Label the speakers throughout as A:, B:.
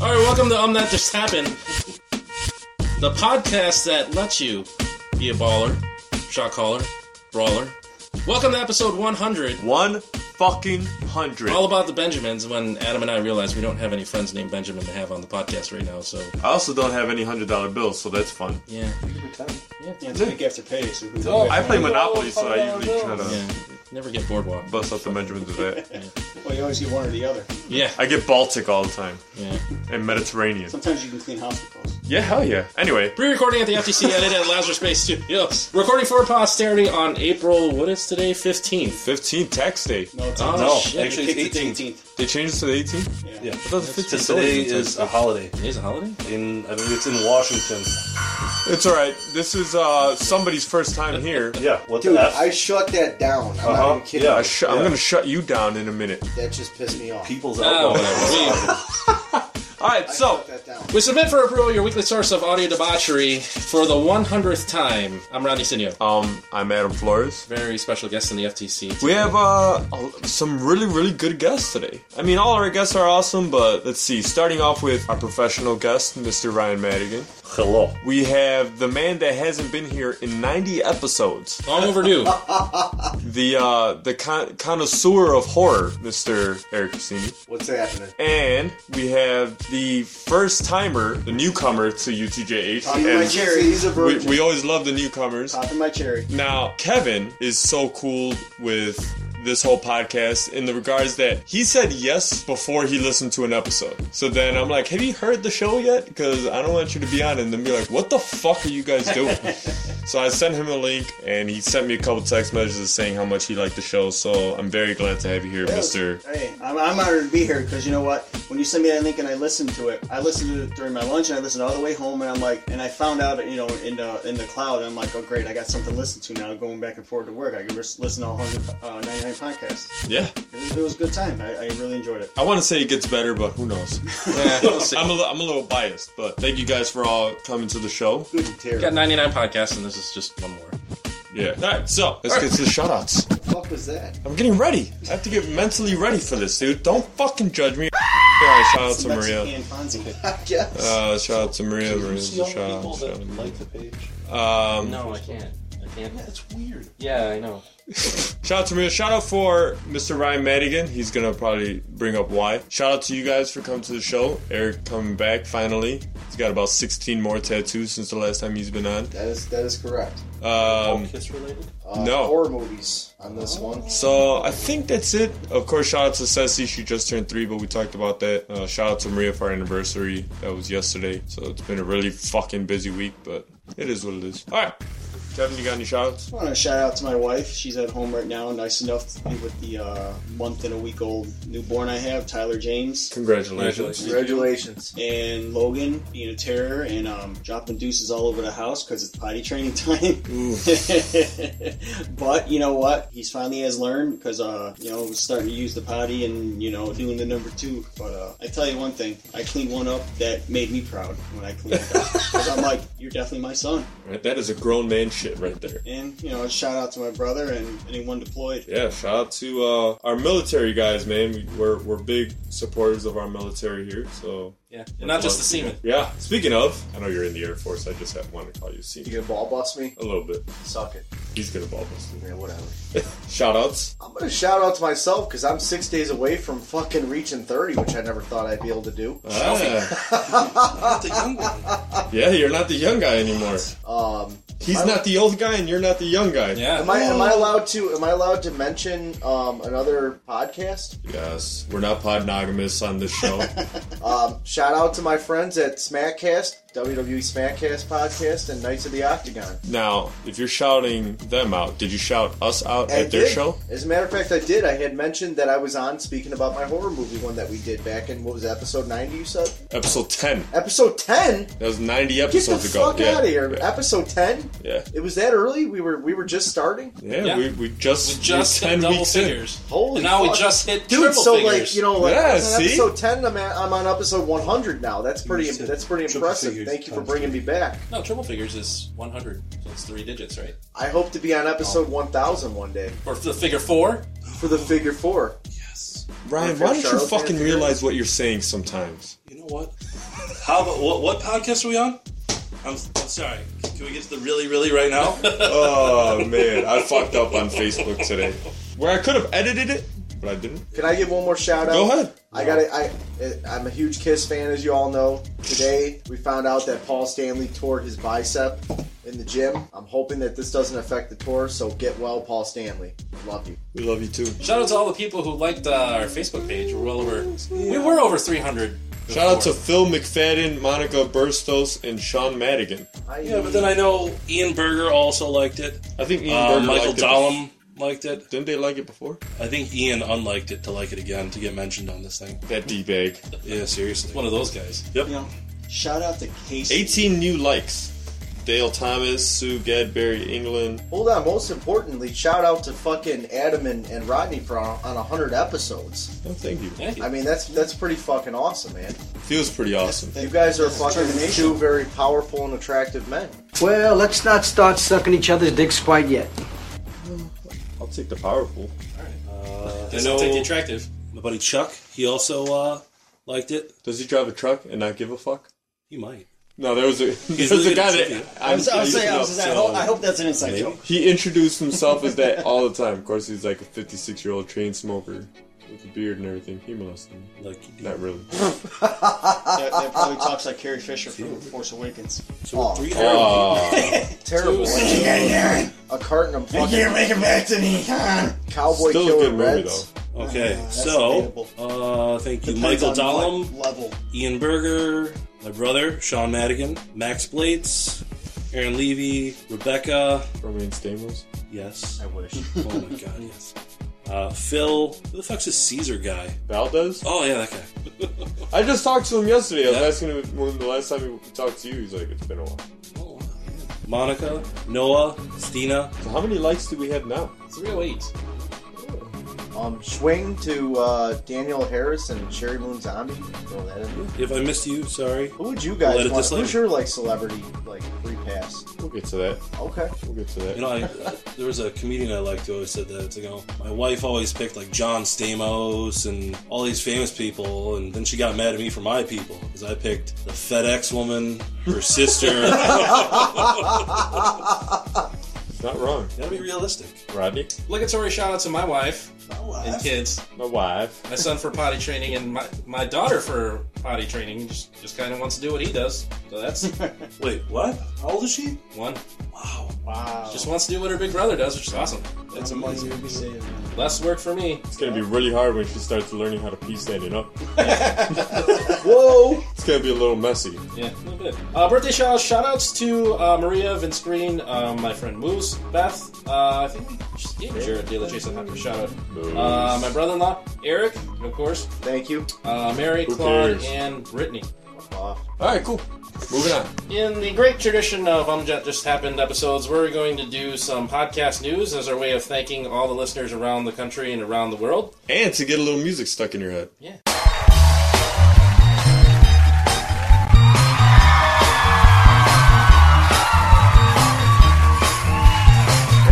A: Welcome to Um That Just Happened, the podcast that lets you be a baller, shot caller, brawler. Welcome to episode 100,
B: One fucking hundred.
A: all about the Benjamins. When Adam and I realized we don't have any friends named Benjamin to have on the podcast right now, so
B: I also don't have any hundred dollar bills, so that's fun.
A: yeah,
C: Yeah, it's week after pay, so who's
B: Oh,
C: oh,
B: I play Monopoly, so I usually try to
A: yeah, never get bored walk.
B: bust up the measurements of that.
C: well, you always get one or the other.
A: Yeah,
B: I get Baltic all the time
A: yeah.
B: and Mediterranean.
C: Sometimes you can clean hospitals.
B: Yeah, hell yeah. Anyway,
A: Pre-recording at the FTC edit at Lazarus Space Studios. Recording for posterity on April. What is today? Fifteenth.
B: 15 tax day.
C: No, it's
A: Oh,
D: No,
A: shit.
D: actually it's
C: Kicked the
D: 18th.
C: 18th.
B: They changed it to the 18?
C: Yeah.
D: Yeah,
B: I thought it was 15.
D: because today is a holiday
A: Today's a holiday.
D: in I believe it's in Washington.
B: It's alright. This is uh, somebody's first time here.
D: Yeah, what
E: Dude,
D: the f?
E: Uh, I shut that down. I'm
D: Uh-huh.
E: not even kidding.
D: Yeah,
B: I
D: I
B: sh- I'm
D: Yeah.
B: gonna shut you down in a minute.
E: That just pissed me off.
D: People's
A: Oh,
D: elbow.
A: whatever. We-
B: Alright,
E: I
B: so.
E: shut that down.
A: We submit for approval your weekly source of audio debauchery for the 100th time. I'm Rodney Sinio.
B: Um, I'm Adam Flores.
A: Very special guest in the FTC.
B: We have uh, a- some really, really good guests today. I mean, all our guests are awesome, but let's see. Starting off with our professional guest, Mr. Ryan Madigan.
D: Hello.
B: We have the man that hasn't been here in 90 episodes.
A: Long overdue.
B: The uh, the con- connoisseur of horror, Mr. Eric Cassini.
E: What's happening?
B: And we have the first timer, the newcomer to UTJH.
E: Pop in my
B: And
E: cherry. He's a
B: we,
E: virgin.
B: we always love the newcomers.
E: Pop in my cherry.
B: Now, Kevin is so cool with this whole podcast in the regards that he said yes before he listened to an episode. So then I'm like, have you heard the show yet? Because I don't want you to be on it and then be like, what the fuck are you guys doing? so I sent him a link and he sent me a couple text messages saying how much he liked the show. So I'm very glad to have you here, Mr.
C: Hey, I'm, I'm honored to be here because you know what? When you send me that link and I listened to it, I listened to it during my lunch and I listened all the way home and I'm like, and I found out, you know, in the in the cloud, I'm like, oh great, I got something to listen to now. Going back and forth to work, I can ris- listen to all 100, uh, 99 podcasts.
B: Yeah.
C: It was, it was a good time. I, I really enjoyed it.
B: I want to say it gets better, but who knows?
A: Yeah, we'll see.
B: I'm a, li- I'm a little biased, but thank you guys for all coming to the show.
E: Good and
A: Got
E: terrible.
A: 99 podcasts, and this is just one more.
B: Yeah. All right, so let's get to the shout outs.
E: The fuck was that?
B: I'm getting ready. I have to get mentally ready for this, dude. Don't fucking judge me. Alright, shout out to Maria.
C: Mexican Fonzie.
E: I guess.
B: Uh, shout out to Maria. Maria's
D: See
B: a
D: all the
B: shout
D: people
B: out.
D: that like the page.
B: Um,
F: No, I can't. I can't.
D: Yeah, it's weird.
F: Yeah, I know.
B: Shout out to Maria. Shout out for Mr. Ryan Madigan. He's gonna probably bring up why. Shout out to you guys for coming to the show. Eric coming back finally. He's got about 16 more tattoos since the last time he's been on.
E: that is that is correct.
B: Um,
D: All kiss related.
E: Uh,
B: no.
E: Horror movies on this one.
B: So I think that's it. Of course, shout out to Ceci. She just turned three, but we talked about that. Uh, shout out to Maria for our anniversary. That was yesterday. So it's been a really fucking busy week, but it is what it is. All right. Kevin, you got any shout outs?
C: I want to shout out to my wife. She's at home right now, nice enough to be with the uh, month and a week old newborn I have, Tyler James,
B: Congratulations.
E: Congratulations.
C: and Logan being a terror and um, dropping deuces all over the house because it's potty training time. but you know what? He's finally has learned because uh, you know he's starting to use the potty and you know doing the number two. But uh, I tell you one thing, I cleaned one up that made me proud when I cleaned it up 'Cause I'm like, you're definitely my son.
B: Right, that is a grown man shit right there.
C: And you know, shout out to my brother and anyone deployed.
B: Yeah, shout out to uh, our military guys, man. We, we're, we're big supporters of our military here. So,
A: Yeah. And not just the semen.
B: yeah. Speaking of, I know you're in the Air Force. I just have, wanted to call you a
E: You
B: senior.
E: gonna ball bust me?
B: A little bit.
E: Suck it.
B: He's going to ball bust me.
E: Yeah, whatever.
B: Shout outs.
E: I'm gonna shout out to myself because I'm six days away from fucking reaching 30, which I never thought I'd be able to do.
F: It's a young one.
B: Ah. Yeah, you're not the young guy anymore.
E: Um,
B: He's not the old guy, and you're not the young guy.
A: Yeah.
E: am I am I
B: Oh.
E: allowed to am I allowed to mention um, another podcast?
B: Yes, we're not podnogamous on this show.
E: Um, shout out to my friends at Smackcast, WWE Smackcast podcast, and Knights of the Octagon.
B: now, if you're shouting them out, did you shout us out
E: I
B: at their
E: did-
B: show?
E: As a matter of fact, I did. I had mentioned that I was on speaking about my horror movie one that we did back in what was it, episode ninety? You said
B: Episode ten.
E: episode ten.
B: That was 90
E: Get the
B: episodes ago.
E: fuck out of here! Episode ten.
B: Yeah,
E: It was that early. We were we were just starting.
B: yeah.
A: Yeah.
B: We, we just
A: We just
B: we're
A: hit
B: 10
A: double
B: weeks
A: figures.
E: Holy
A: And now we
E: fuck.
A: just hit
E: Dude,
A: triple
E: so
A: figures.
E: like you know, like
B: Yeah,
E: I was on
B: see?
E: episode ten, I'm, at, I'm on episode 100 now. That's pretty.
D: said
E: That's pretty
D: triple
E: impressive.
D: figures
E: Thank you for
D: times
E: bringing me back.
A: No, triple figures is 100, so it's three digits, right?
E: I hope to be on episode
D: Oh.
E: 1,000 one day
A: Or the figure four?
E: for the figure four.
D: Yes.
B: in. Ryan,
E: We're
B: why don't you
E: Charlotte
B: fucking
E: Panther.
B: realize what you're saying sometimes?
D: You know what?
F: How about what, what podcast are we on? I'm, I'm sorry. Can we get to the really, really right now?
B: Oh man, I fucked up on Facebook today. Where I could have edited it, but I didn't.
E: Can I give one more shout out?
B: Go ahead.
E: I got to I I'm a huge Kiss fan, as you all know. Today we found out that Paul Stanley tore his bicep in the gym. I'm hoping that this doesn't affect the tour. So get well, Paul Stanley. Love you.
B: We love you too.
A: Shout out to all the people who liked uh, our Facebook page. We're well over. We were over 300.
B: Shout out to
A: before.
B: Phil McFadden, Monica Burstos, and Sean Madigan.
E: I,
F: yeah, but then I know Ian Berger also liked it.
B: I think Ian
F: Uh,
B: Berger
F: Michael
B: liked it bef-
F: Dahlem liked it.
B: Didn't they like it before?
F: I think Ian unliked it to like it again to get mentioned on this thing.
B: That d bag.
F: Yeah, seriously. One of those guys. Yep.
C: You know, shout out to Casey.
B: 18 new likes. Dale Thomas, Sue Gadberry, England.
E: hold on. Most importantly, shout out to fucking Adam and, and Rodney for on, on 100 episodes.
B: Oh, thank you.
A: Thank you.
E: I mean, that's that's pretty fucking awesome, man.
B: Feels pretty awesome.
E: You guys are
C: That's
E: fucking
C: determination.
E: two very powerful and attractive men.
G: Well, let's not start sucking each other's dicks quite yet.
B: I'll take the powerful.
F: I
A: I'll
F: know
A: take the attractive.
F: my buddy Chuck. He also uh, liked it.
B: Does he drive a truck and not give a fuck?
F: He might.
B: No, there was a there was
F: really
B: a guy
F: good at
B: that
F: trivia.
B: I'm
C: I was, I was
B: sure
C: saying, I,
B: you
C: was
B: know,
C: saying, I, hope, I hope that's an inside joke.
B: He introduced himself as that all the time. Of course, he's like a 56 year old chain smoker with a beard and everything. He molested me.
F: Like he did.
B: Not really.
C: that, that probably talks like Carrie Fisher from Force Awakens.
F: So
E: Aw.
F: three
E: Terrible. a carton of fucking
C: make it back to me.
B: Still
E: cowboy
B: a
E: killer
B: good movie,
E: reds.
F: Okay,
C: that's
F: so
C: debatable.
F: uh, thank you, Michael Dahlem,
C: Level.
F: Ian Berger, my brother Sean Madigan, Max Blates, Aaron Levy, Rebecca.
B: Romaine Stamos.
F: Yes.
E: I wish.
F: Oh my God. Yes. Uh, Phil. Who the fuck's this Caesar guy?
B: Valdez?
F: Oh yeah, that guy.
B: I just talked to him yesterday. I was
F: Yeah.
B: asking him when the last time he talked to you. He's like, it's been a while.
F: Oh, wow, yeah. Monica, Noah, Stina.
B: So how many likes do we have now?
A: 308.
E: Um, swing to uh, Daniel Harris and Cherry Moon Zombie. Throw that in.
F: If I missed you, sorry.
E: Who would you
F: We'll
E: guys
F: edit
E: want?
F: this later.
E: Who's your like celebrity like free pass?
B: We'll get to that.
E: Okay.
B: We'll get to that.
F: You know, I, there was a comedian I liked who always said that. It's like, you know, my wife always picked like John Stamos and all these famous people, and then she got mad at me for my people because I picked the FedEx woman, her sister.
B: it's not wrong.
F: Gotta be realistic.
B: Rodney,
A: Obligatory shout out to my wife and kids.
B: my wife.
A: My son for potty training and my, my daughter for potty training. Just, just kind of wants to do what he does. So that's
F: Wait, what? How old is she?
A: one.
F: Wow.
C: Wow.
A: Just wants to do what her big brother does, which is awesome.
C: that's amazing. What you say, man.
A: Less work for me.
B: It's gonna be really hard when she starts learning how to pee standing up.
E: Whoa.
B: It's gonna be a little messy.
A: Yeah, a little bit. Uh, birthday shout outs, shout outs to uh, Maria Vince Green, um, my friend Moose, Beth. Uh, I think we just gave Jared De La Chase a happy shout out. Uh, my brother in law, Eric, and of course,
E: Thank you. Uh,
A: uh, Mary,
B: Who
A: Claude,
B: cares?
A: and Brittany.
E: Off.
B: All right, cool. Moving on.
A: In the great tradition of Um Jet Just Happened episodes, we're going to do some podcast news as our way of thanking all the listeners around the country and around the world.
B: And to get a little music stuck in your head.
A: Yeah.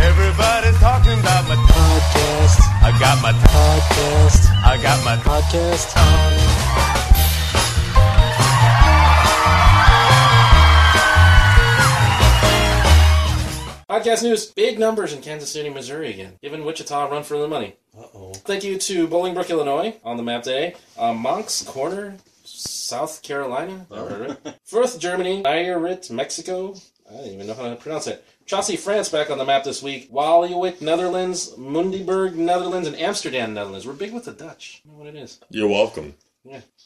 H: Everybody's talking about my podcast. I got my podcast. I got my podcast.
A: Podcast news. Big numbers in Kansas City, Missouri again, giving Wichita a run for the money. Uh-oh. Thank you to Bolingbrook, Illinois on the map today. Uh, Monk's Corner, South Carolina. That right, right? Firth, Germany. Nayarit, Mexico. I don't even know how to pronounce it. Chaucy, France back on the map this week. Waluik, Netherlands. Mundiberg, Netherlands. And Amsterdam, Netherlands. We're big with the Dutch. I don't know what it is.
B: You're welcome.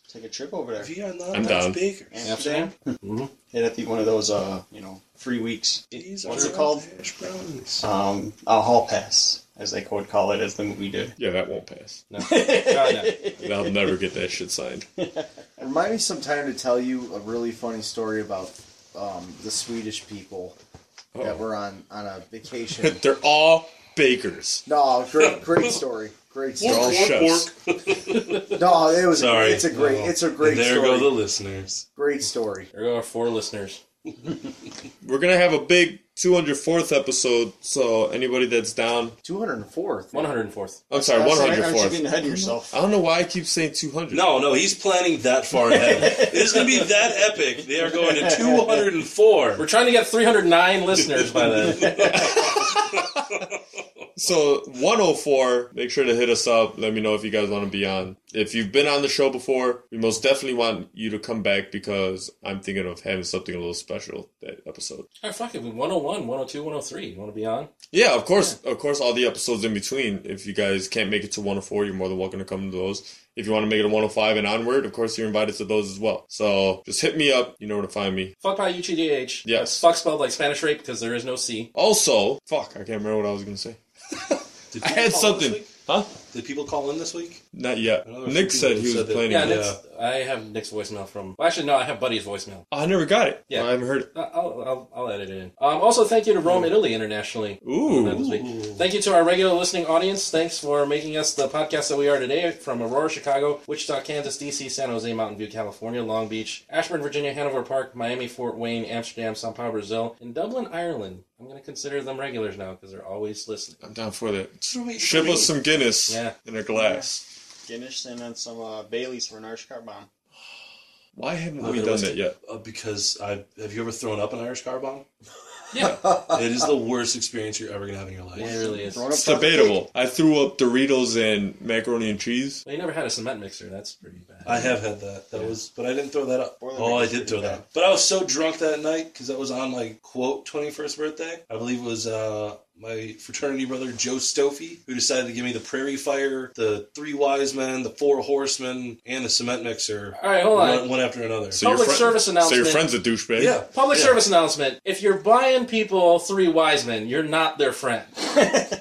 C: Take a trip over there.
F: We are not
B: I'm
F: Max
B: down.
F: Baker.
C: Amsterdam.
F: Mm-hmm.
C: It'd be one of those, uh, you know, free weeks.
F: These
C: What's
F: are
C: it called?
F: hash brownies.
C: Um, a hall pass, as they would call it, as the movie did.
B: Yeah, that won't pass.
A: No. God, no.
B: I'll never get that shit signed.
E: Remind me sometime to tell you a really funny story about um, the Swedish people
B: Oh.
E: that were on on a vacation.
B: They're all bakers.
E: no, great great story. Great
B: They're
E: story.
B: all chefs.
E: No, it was.
F: Sorry.
E: It's a great. It's a great
F: And there
E: story.
F: go the listeners.
E: Great story.
A: There are four listeners.
B: We're gonna have a big 204th episode, so anybody that's down.
E: 204th.
A: 104th.
B: I'm sorry,
C: Aren't you getting
B: 104th.
C: ahead of yourself?
B: I don't know why I keep saying 200.
F: No, no, he's planning that far ahead. This is going to be that epic. They are going to 204.
A: We're trying to get 309 listeners by then.
B: So 104, make sure to hit us up. Let me know if you guys want to be on. If you've been on the show before, we most definitely want you to come back because I'm thinking of having something a little special that episode.
A: All right, fuck it. 101, 102, 103. You want to be on?
B: Yeah, of course, of course, all the episodes in between. If you guys can't make it to 104, you're more than welcome to come to those. If you want to make it to 105 and onward, of course, you're invited to those as well. So just hit me up. You know where to find me.
A: Fuck by UTDH.
B: Yes.
A: That's fuck spelled like Spanish rape because there is no C.
B: Also, fuck, I can't remember what I was gonna say.
F: Did
B: I
F: people
B: had
F: call in
B: something,
F: this week?
B: huh?
F: Did people call in this week?
B: Not yet.
F: I know a few
B: Nick
F: people
B: said
F: who
B: he was
F: said that-
B: planning.
A: Yeah,
B: it.
A: Nick's, I have Nick's voicemail from. Well, actually, no, I have Buddy's voicemail.
B: Oh, I never got it.
A: Yeah.
B: I haven't heard it.
A: I- I'll, I'll, I'll edit it in. Um, also, thank you to Rome, Italy, internationally.
B: Ooh.
A: Uh, this week. Thank you to our regular listening audience. Thanks for making us the podcast that we are today from Aurora, Chicago, Wichita, Kansas, D.C., San Jose, Mountain View, California, Long Beach, Ashburn, Virginia, Hanover Park, Miami, Fort Wayne, Amsterdam, Sao Paulo, Brazil, and Dublin, Ireland. I'm going to consider them regulars now because they're always listening.
B: I'm down for that. Ship us some Guinness
A: Yeah.
B: in a glass.
C: Guinness and then some uh, Bailey's for an Irish car bomb.
B: Why haven't
F: I've
B: we
F: been
B: done
F: arrested.
B: that yet?
F: Uh, because I have you ever thrown up an Irish car bomb?
A: Yeah,
F: It is the worst experience you're ever gonna have in your life.
A: it really is.
C: Thrown
A: Well,
C: up
B: It's
C: chocolate cake.
B: debatable. I threw up Doritos and macaroni and cheese.
A: you never had a cement mixer. That's pretty bad.
F: I have had that. That was, but I didn't throw that up.
C: Boiler
F: oh, I
C: makes
F: did
C: it
F: throw
C: pretty bad.
F: that. up. But I was so drunk that night because that was on my quote twenty first birthday. I believe it was uh, my fraternity brother Joe Stoffy who decided to give me the Prairie Fire, the Three Wise Men, the Four Horsemen, and the cement mixer.
A: All right, hold
F: one,
A: on.
F: one after another.
B: So your
A: Public
B: friend-
A: service
B: So
A: announcement.
B: your friend's a douchebag.
F: yeah,
A: Public
F: yeah.
A: service announcement. If you're buying people three wise men, you're not their friend.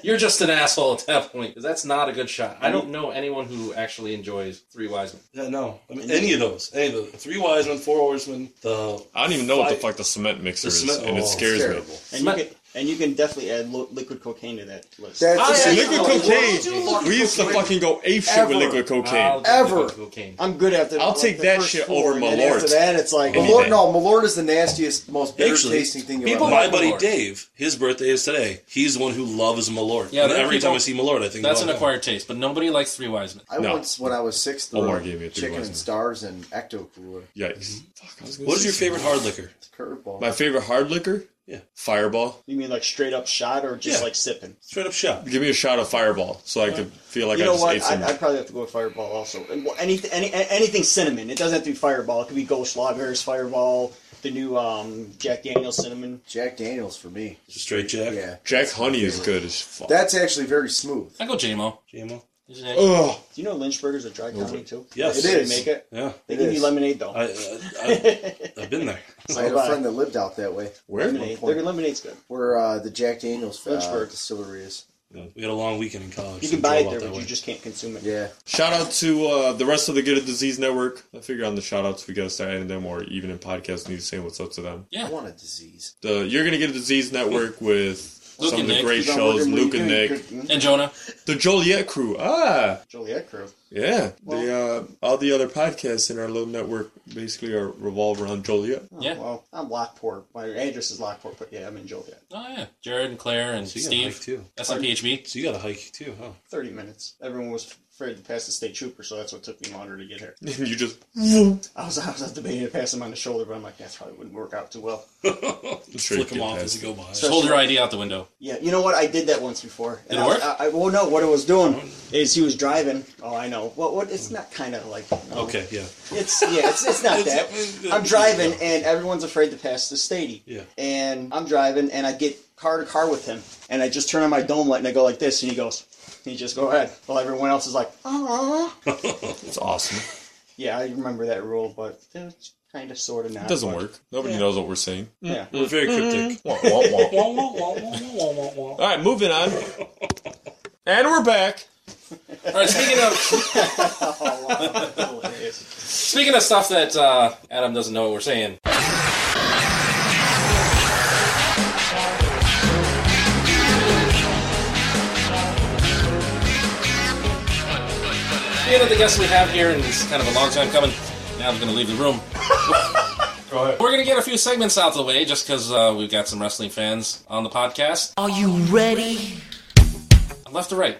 A: you're just an asshole at that point. 'cause That's not a good shot. I don't know anyone who actually enjoys three wise men.
F: Yeah, no, I mean any of those, any of the Three Wise Men, Four Horsemen, the
B: I don't even know what the
F: Fi-
B: fuck the cement mixer
F: The
B: is,
F: cement-
B: and
F: oh,
B: it scares me.
E: terrible.
C: And you, can, and you can definitely add lo- liquid cocaine to that list.
E: That's
A: I
E: the
A: actually-
E: secret.
B: Liquid
A: Why
B: cocaine.
A: would you look
B: We used to fucking go ape shit with
E: Ever.
B: liquid
A: I'll
B: cocaine.
A: do
E: Ever.
A: the cocaine.
C: I'm good at the.
B: I'll
C: like,
B: take
C: the
B: that
C: first
B: shit
C: four,
B: over
C: and
B: my
C: then
B: Malort.
C: After that, it's like
B: Any-
E: Malort, no, Malort is the nastiest, most bitter
F: Actually,
E: tasting thing you
A: people
E: ever.
A: like-
F: My buddy
A: Malort.
F: Dave, his birthday is today. He's the one who loves Malort.
A: Yeah,
F: and
A: there are
F: every
A: people-
F: time I see Malort, I think
A: That's an
F: about him.
A: acquired taste, but nobody likes three wise men.
E: I
B: No.
E: once, when I was six, threw
B: Omar
E: up
B: gave me a three
E: chicken
B: wise
E: and
B: men.
E: stars and ecto cooler.
B: Yikes. Fuck, I was gonna
F: What is
B: say
F: your favorite
B: something.
F: hard liquor?
E: It's a curveball.
B: My favorite hard liquor?
F: Yeah.
B: Fireball.
C: You mean like straight up shot or just
F: Yeah.
C: like sipping?
F: Straight up shot.
B: Give me a shot of Fireball so I could feel like
C: you
B: I
C: know
B: just
C: what?
B: ate some.
C: I, I'd probably have to go with Fireball also. And, well, Any, any, anything cinnamon. It doesn't have to be Fireball. It could be Goldschlager's Fireball, the new um, Jack Daniel's cinnamon.
E: Jack Daniels for me.
F: Straight Jack.
E: Yeah,
B: Jack Honey is good as fuck.
E: that's actually very smooth.
A: I go JMO.
F: GMO.
B: Ugh.
C: Do you know Lynchburger's a dry county too?
F: Yes.
E: It
C: They
E: is.
C: make it.
F: Yeah.
C: They
E: It
C: give
E: is.
C: you lemonade though.
F: I, I, I, I've been there.
E: I had a
C: Bye-bye.
E: friend that lived out that way,
B: Where?
C: lemonade. Their lemonade's good.
E: where uh, the Jack Daniels uh,
C: Lynchburg.
E: distillery is.
F: We had a long weekend in college.
C: You
F: so
C: can buy
F: drove
C: it
F: out
C: there,
F: that
C: but
F: way.
C: you just can't consume it.
E: Yeah,
B: Shout out to uh, the rest of the Get a Disease Network. I figure on the shout outs, we gotta start adding them or even in podcasts, we need to say what's up to them.
E: I want a disease.
B: The You're Gonna Get a Disease Network with
A: Luke
B: some of
A: and
B: the
A: Nick.
B: great
A: Keep
B: shows, Luke and Nick.
A: And Jonah.
F: Oh,
B: The Joliet crew. Ah.
C: Joliet crew.
B: Yeah, the uh, all the other podcasts in our little network basically are revolve around Joliet.
A: Yeah.
C: Well, I'm Lockport. My address is Lockport, but yeah, I'm in Joliet.
A: Oh, yeah. Jared and Claire and
F: So you gotta hike
A: Steve.
F: too.
A: That's on PHB.
F: So you got to hike too, huh?
C: 30 minutes. Everyone was afraid to pass the state trooper, so that's what took me longer to get here.
B: And you just
C: I was, I was debating to pass him on the shoulder, but I'm like, that probably wouldn't work out too well.
B: sure
F: Flick
B: you
F: him
B: get
F: off
B: past.
F: as you go by.
A: Just hold your ID out the window.
C: Yeah, you know what? I did that once before. And
A: Did it
C: I was-
A: work?
C: I, I, well, no. What it was doing is he was driving. Oh, I know. Well, what? It's not kind of like. no.
F: Okay, yeah.
C: It's yeah. It's, it's not that. I'm driving and everyone's afraid to pass the stady.
F: Yeah.
C: And I'm driving and I get car to car with him and I just turn on my dome light and I go like this and he goes. He just go ahead. Well, everyone else is like, ah.
B: It's awesome.
C: Yeah, I remember that rule, but it's kind of sort of not.
B: It doesn't
C: but-
B: work. Nobody knows what we're saying.
C: Yeah.
F: We're very cryptic.
B: Wah, wah, wah.
F: Wah, wah, wah, wah, wah, wah, wah.
B: all right, moving on. And we're back.
A: All right, speaking of.
C: Hilarious.
A: Speaking of stuff that uh, Adam doesn't know what we're saying. Being that the guest we have here, and it's kind of a long time coming, now I'm going to leave the room.
D: Go ahead.
A: We're gonna get a few segments out of the way just because uh, we've got some wrestling fans on the podcast. Are you ready? Left to right.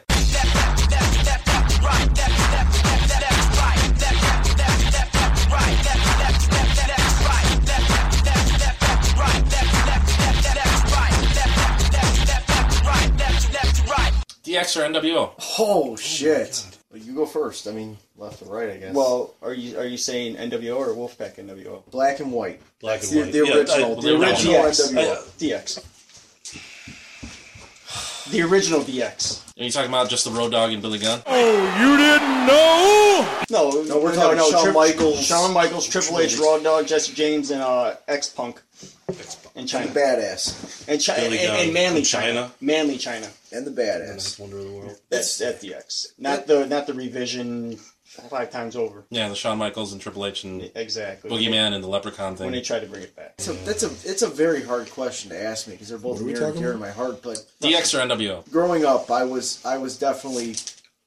A: DX or NWO?
E: Oh shit! But you go first. I mean, left and right, I guess.
C: Well, are you are you saying NWO or Wolfpack NWO?
E: black and white.
F: Black and
E: The,
F: white.
E: the
F: Yeah, I
E: original.
F: believe
E: the
F: that
E: original
C: one.
E: NWO.
F: I- uh,
C: DX. The original DX.
A: Are you talking about just the Road Dog and Billy Gunn?
C: No,
E: No, we're talking Shawn Michaels.
C: Shawn Michaels, Triple H, Raw Dog, Jesse James, and uh, X Punk in China.
E: The badass
C: And, chi- and,
F: Billy Gunn.
C: and manly
F: And China.
C: China. Manly China.
E: and the badass.
F: Wonder of the world.
C: That's that DX. Not the not the revision five times over.
A: Yeah, the Shawn Michaels and Triple H and
C: Exactly.
A: Boogeyman and the Leprechaun
C: When they
A: thing.
C: try to bring it back.
E: So that's a it's a very hard question to ask me because they're both near and dear to my heart. But
A: DX or NWO?
E: growing up, I was I was definitely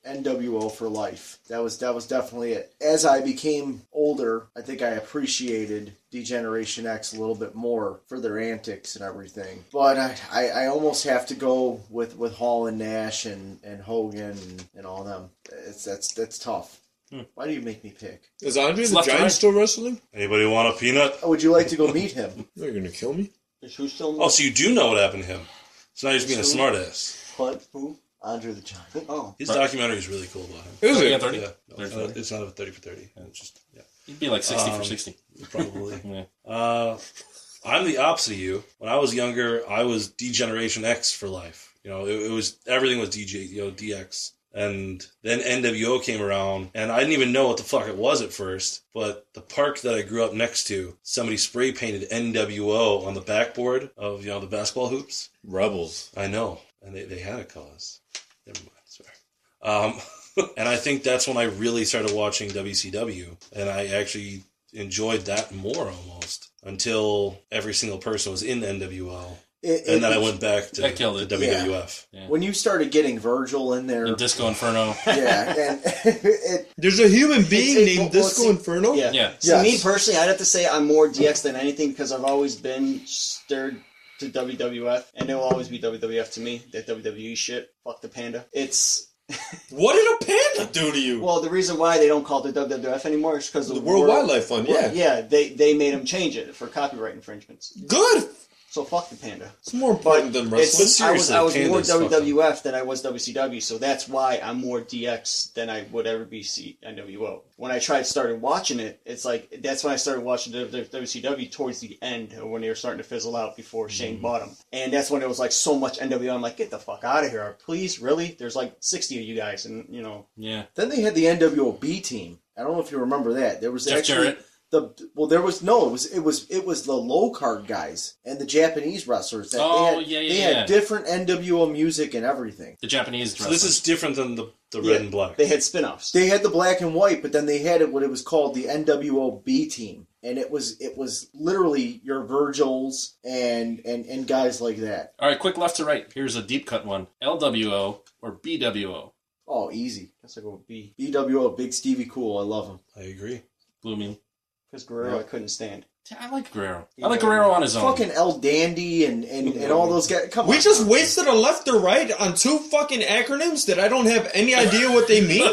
E: NWO for life. That was that was definitely it. As I became older, I think I appreciated Degeneration X a little bit more for their antics and everything. But I, I, I almost have to go with, with Hall and Nash and, and Hogan and, and all them. It's that's that's tough.
C: Hmm.
E: Why do you make me pick?
B: Is Andre the
A: left to
B: Giant
A: right.
B: still wrestling?
F: Anybody want a peanut?
E: Oh, would you like to go meet him?
B: No, you're gonna kill me.
C: Is who still in
F: Oh, so you do know what happened to him. So now he's being a smartass.
C: But who?
E: Andre the Giant.
C: Oh.
F: His documentary is really cool about him.
B: Is
A: Yeah,
B: it?
A: 30?
F: Yeah, no, it's, not, it's not a thirty for thirty. It's just yeah,
A: He'd be like 60
F: Um,
A: for 60.
F: probably.
A: Yeah.
F: Uh, I'm the opposite of you. When I was younger, I was Degeneration X for life. You know, it, it was everything was DJ, you know, DX. And then NWO came around, and I didn't even know what the fuck it was at first. But the park that I grew up next to, somebody spray painted NWO on the backboard of you know the basketball hoops.
B: Rebels.
F: I know, and they, they had a cause. Never mind, sorry. Um, and I think that's when I really started watching WCW, and I actually enjoyed that more almost until every single person was in NWO,
E: It-
F: and then
E: it-
F: I went back to,
A: That killed
F: to
A: it.
F: WWF.
E: When you started getting Virgil in there,
A: And Disco Inferno.
E: yeah, and it,
B: There's a human being
C: it's-
B: named
C: well,
B: Disco
C: see-
B: Inferno.
C: Yeah.
A: Yeah.
C: See, me
E: Yes.
C: personally, I'd have to say I'm more DX than anything because I've always been stirred to WWF, and it'll always be WWF to me. That WWE shit, fuck the panda. It's
B: What did a panda do to you?
C: well, the reason why they don't call it the WWF anymore is because
B: the World Wildlife Fund. Yeah.
C: yeah, they they made them change it for copyright infringements.
B: Good.
C: So fuck the panda.
B: It's more important than wrestling.
C: It's, I was, I was
B: Seriously,
C: more E.
B: pandas fuck them.
C: WWF than I was WCW, so that's why I'm more DX than I would ever be C- NWO. When I tried started watching it, it's like that's when I started watching the- the WCW towards the end when they were starting to fizzle out before
B: Mm-hmm.
C: Shane bought them, and that's when it was like so much NWO. I'm like, get the fuck out of here, please, really? There's like 60 of you guys, and you know,
A: Yeah.
E: Then they had the NWO B team. I don't know if you remember that. There was
A: Jeff
E: actually
A: Jarrett.
E: the well, there was no. It was it was it was the low card guys and the Japanese wrestlers. That
A: Oh,
E: they had,
A: yeah, yeah,
E: They
A: yeah.
E: had different NWO music and everything.
A: The Japanese dress.
F: So this is different than the, the red
C: Yeah,
F: and black.
C: They had spin-offs.
E: They had the black and white, but then they had it what it was called the NWO B team, and it was it was literally your Virgils and and and guys like that.
A: All right, quick left to right. Here's a deep cut one. LWO or BWO?
E: Oh, easy.
C: That's like what B
E: BWO, Big Stevie Cool. I love him.
F: I agree.
A: Blue Moon.
C: because Guerrero I couldn't stand.
A: Yeah, I like Guerrero. I like Guerrero on his own.
E: Fucking El Dandy and and and all those guys. Come
B: We
E: on.
B: just wasted a left or right on two fucking acronyms that I don't have any idea what they mean.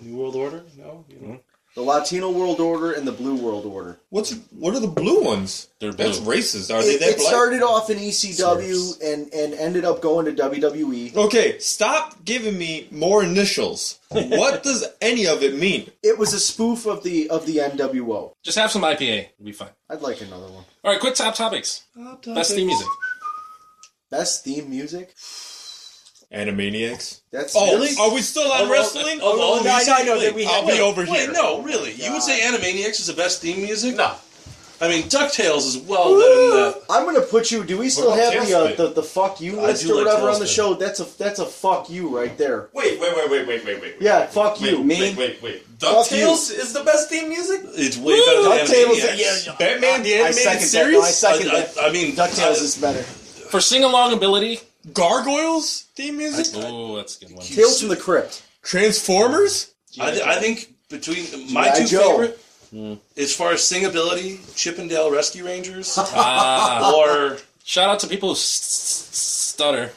F: New World Order? No, you know.
E: the Latino World Order and the Blue World Order.
B: What's what are the blue ones?
A: They're
B: That's
A: blue.
B: racist. Are they
E: It,
B: that
E: it
B: black?
E: started off in ECW and, and ended up going to E. WWE.
B: okay, stop giving me more initials. what does any of it mean?
E: It was a spoof of the of the NWO.
A: Just have some IPA. It'll be fine.
E: I'd like another one.
A: All right, quick top topics. Best theme music.
E: Best theme music?
B: Animaniacs.
E: That's
B: Oh,
E: really
B: are we still on wrestling?
F: Of all
B: Oh,
F: these-
B: I know
F: wait,
B: that we I'll be
F: wait,
B: over
F: wait,
B: here.
F: no, really. You would say Animaniacs is the best theme music? No. I mean, DuckTales is well better than
E: I'm gonna put you. Do we still
F: about
E: have the, uh,
F: Tailspin?
E: the the fuck you
F: I
E: list
F: do
E: or
F: like
E: whatever on the
F: Tailspin.
E: show? That's a that's a fuck you right there.
B: Wait, wait, wait, wait, wait, wait, wait.
E: Yeah, fuck you.
C: Me,
B: wait, wait.
E: Fuck you.
B: is the best theme music.
F: that. It's way better than
E: DuckTales
F: Animaniacs.
E: is-
B: Batman the
C: I
B: animated
C: second that.
B: series.
C: No, I second
F: I,
C: that.
F: I, I mean,
C: Ducktales
F: I-
C: is better.
A: For sing along ability.
B: Gargoyles theme music.
A: Oh, that's a good one.
E: Tales from the Crypt.
B: Transformers.
F: I, th- I think between my
E: G.I.
F: two
E: Joe.
F: favorite, As far as singability, Chippendale Rescue Rangers
A: Ah,
F: or
A: shout out to people who st- st- stutter.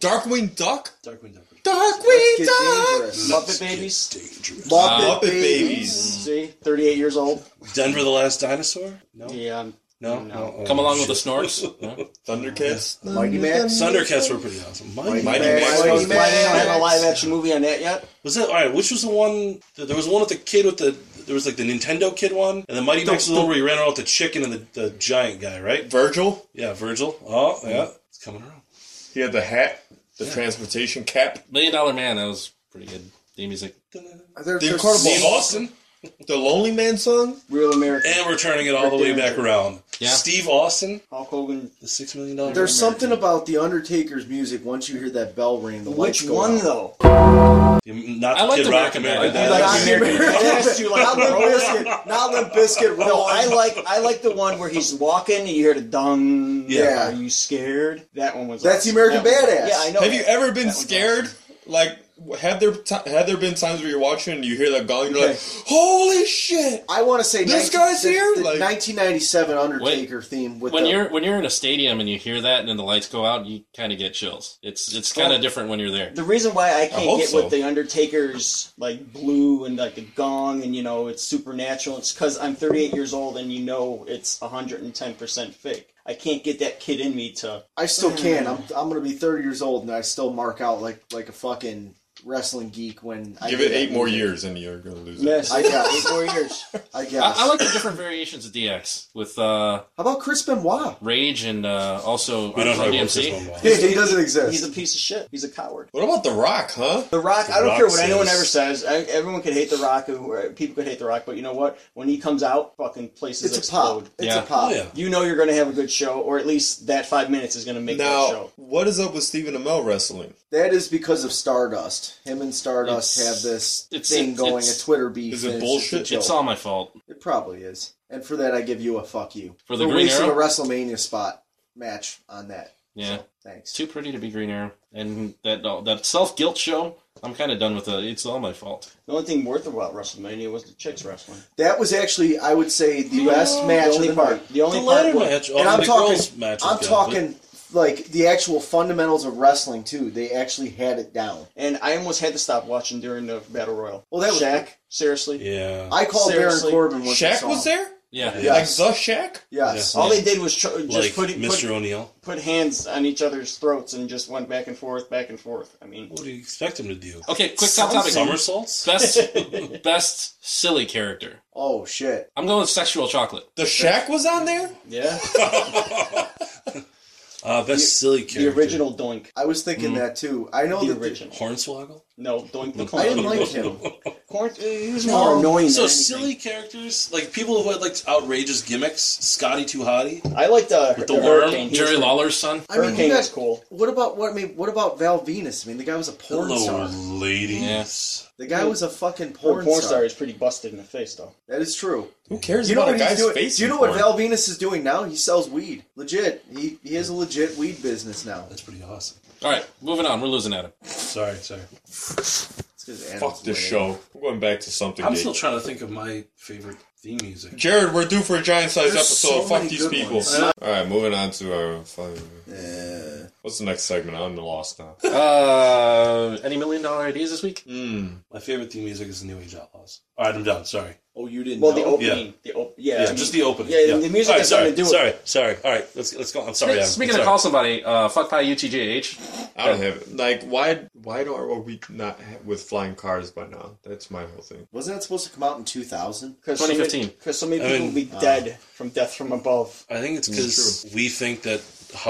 B: Darkwing Duck?
F: Darkwing Duck.
B: Darkwing
E: Get
B: Duck!
E: dangerous. Muppet Babies.
F: Dangerous.
E: Muppet
B: Muppet
E: Babies.
B: Babies.
E: See, 38 years old.
F: Denver the Last Dinosaur? No.
C: Yeah, um,
F: No.
C: No.
F: Oh,
A: Come along with the
F: shit.
A: snorts. Yeah.
B: Thundercats?
E: Mighty Max.
F: Thundercats were pretty awesome. Mighty,
E: Mighty
B: Mighty
E: Max.
B: Max.
E: Mighty
C: Mighty Max.
E: Max.
C: I have a live action movie on that yet.
F: Was that all right? Which was the one? th- There was one with the kid with the. There was like the Nintendo kid one, and the Mighty Max was the one where he ran around with the chicken and the, the giant guy, right?
B: Virgil?
F: Yeah, Virgil. Oh, yeah, it's coming around.
B: He had the hat, the transportation cap,
A: Million Dollar Man. That was pretty good. Theme music.
E: They're,
B: the
E: they're
B: Incredible
E: so-
B: Austin, the Lonely Man song.
E: Real American.
F: And we're turning it all the way back around.
A: Yeah.
F: Steve Austin,
C: Hulk Hogan.
F: the six million dollar.
E: There's something about the Undertaker's music. Once you hear that bell ring, the lights
C: Which
E: go
C: one
E: out.
C: though?
F: Not
A: I like
F: Kid
A: the
F: Rock
A: Rock
F: American.
A: American
F: Dad.
E: Not Limp Bizkit. Not Limp Bizkit. Not Limp Bizkit.
C: No,
E: Roll.
C: I like I like the one where he's walking and you hear the dung.
E: Yeah.
C: Are you scared? That one was.
E: That's the
C: awesome.
E: American
C: That one-
E: Badass.
C: Yeah, I know.
B: Have you ever been
C: Oh. That one's
B: scared? Like, have there t- have there been times where you're watching and you hear that gong and you're
E: Okay.
B: like, "Holy shit!"
E: I want to say
B: This
E: 19
B: guy's
E: the-
B: here?
E: The
B: Like-
E: 1997 Undertaker theme with
A: When
E: the,
A: you're when you're in a stadium and you hear that and then the lights go out, you kind of get chills. It's it's kind of different when you're there.
C: The reason why I
B: I
C: can't
B: hope
C: get
B: so.
C: with the Undertaker's like blue and like the gong and you know it's supernatural, it's because I'm 38 years old and you know it's 110 percent fake. I can't get that kid in me to.
E: I still can. I'm I'm gonna be 30 years old and I still mark out like like a fucking wrestling geek when I
B: Give
E: do
B: it
E: that
B: eight more
E: music.
B: years and you're gonna lose it.
C: Yes,
E: I guess.
C: eight more years.
E: I guess.
A: I, I like the different variations of DX with uh,
E: How about Chris Benoit?
A: Rage and uh, also
F: We don't
A: Run
F: know what
A: DMC.
F: this one was.
E: He, he doesn't exist.
C: He's a piece of shit. He's a coward.
B: What about The Rock, huh?
C: The Rock.
B: The
C: I don't
B: Rock
C: care what anyone
B: says-
C: ever says. I, everyone could hate The Rock. Or people could hate The Rock, but you know what? When he comes out, fucking places
E: it's a pop.
C: explode.
E: It's
A: Yeah.
E: a pop.
F: Oh, yeah.
C: You know you're going to have a good show, or at least that five minutes is going to make that
B: Now,
C: show.
B: what is up with Stephen Amell wrestling?
E: That is because of Stardust. Him and Stardust
A: It's-
E: have this
A: it's-
E: thing
A: it's-
E: going,
A: it's-
E: a Twitter beef.
B: is it
E: and it's just a
B: bullshit?
E: joke.
A: It's all my fault.
E: It probably is. And for that, I give you a fuck you
A: For the Green
E: wasting
A: Arrow?
E: a WrestleMania spot match on that.
A: Yeah.
E: So, thanks.
A: It's too pretty to be Green Arrow, and that uh, that self guilt show. I'm kind of done with it. It's all my fault.
C: The only thing worth about WrestleMania was the chicks wrestling.
E: That was actually, I would say, the best
C: The
E: match of
C: only
E: the
C: part.
E: night.
C: The only
F: The
C: part.
F: ladder
C: was-
F: match.
E: And I'm talking,
F: match
E: I'm talking like the actual fundamentals of wrestling too. They actually had it down.
C: And I almost had to stop watching during the battle royal.
E: Well, that was-
C: Shaq. seriously,
F: Yeah.
E: I called
C: Seriously?
E: Baron Corbin. Once I
B: Shaq
E: saw
B: was
E: him.
B: there?
A: Yeah,
E: Yeah. Yes.
B: Like the Shaq?
E: Yes. Oh,
C: all they did was tr- just
F: like
C: put, put
F: Mr. O'Neill.
C: put hands on each other's throats and just went back and forth, back and forth. I mean,
F: What do you expect him to do?
A: Okay, quick top topic.
F: Somersaults?
A: Best best silly character.
E: Oh shit!
A: I'm going with sexual chocolate.
B: The Shaq was on there?
C: yeah,
F: Uh, best silly character.
C: the original Doink.
E: I was thinking that too. I know
C: Mm. The
E: that.
C: original.
F: Hornswoggle.
C: No, Doink the Clown.
E: I didn't like him.
C: Corn- uh, he was
E: No.
C: more annoying.
F: So
C: than
F: silly
C: anything.
F: characters, like people who had like outrageous gimmicks. Scotty Too Hottie.
C: I liked the
F: With the worm,
C: Hurricane. He was
A: Jerry
C: pretty-
A: Lawler's son.
E: I mean,
C: Hurricane
E: you
C: was
E: guys.
C: cool.
E: What about what? I mean, what about Val Venus? I mean, the guy was a porn
F: Hello,
E: star.
F: ladies.
E: The guy was a fucking
C: Porn,
E: porn,
C: porn
E: star.
C: star is pretty busted in the face, though.
E: That is true.
B: Who cares
E: You know
B: about
E: what
B: a
E: he's
B: guy's
E: doing?
B: face?
E: Do you know
B: in
E: what
B: porn?
E: Val Venus is doing now? He sells weed. Legit. He he has a legit weed business now.
F: That's pretty awesome.
A: All right, moving on. We're losing Adam.
F: Sorry, sorry.
E: It's 'cause animals
B: Fuck this
E: win it.
B: show. I'm going back to something.
F: I'm
B: gay.
F: still trying to think of my favorite theme music.
B: Jared, we're due for a giant sized
E: There's
B: episode.
E: so
B: Fuck
E: many
B: these
E: good
B: people.
E: ones.
B: All right, moving on to our. fucking-
E: Yeah.
B: What's the next segment? I'm lost now.
A: Uh, any million dollar ideas this week?
B: Mm.
F: My favorite theme music is the New Age Outlaws. All right, I'm done. Sorry.
E: Oh, you didn't.
C: Well,
E: know?
C: the opening, the op- yeah,
F: Yeah,
C: I mean,
F: just the opening.
C: yeah, the music
F: All right,
C: has
F: sorry,
C: nothing to do with
F: Sorry, sorry. All right, let's let's go. I'm sorry. Adam.
A: Speaking of
F: I'm Oh, sorry.
A: call somebody, uh, fuck pie UTJH.
B: I don't have it. Like, why? Why don't are we not ha- with flying cars by now? That's my whole thing.
E: Wasn't that supposed to come out in 2000?
C: Because
A: 2015.
C: Because so many
F: I
C: people
F: mean,
C: will be dead from death from above.
F: I think it's because we think that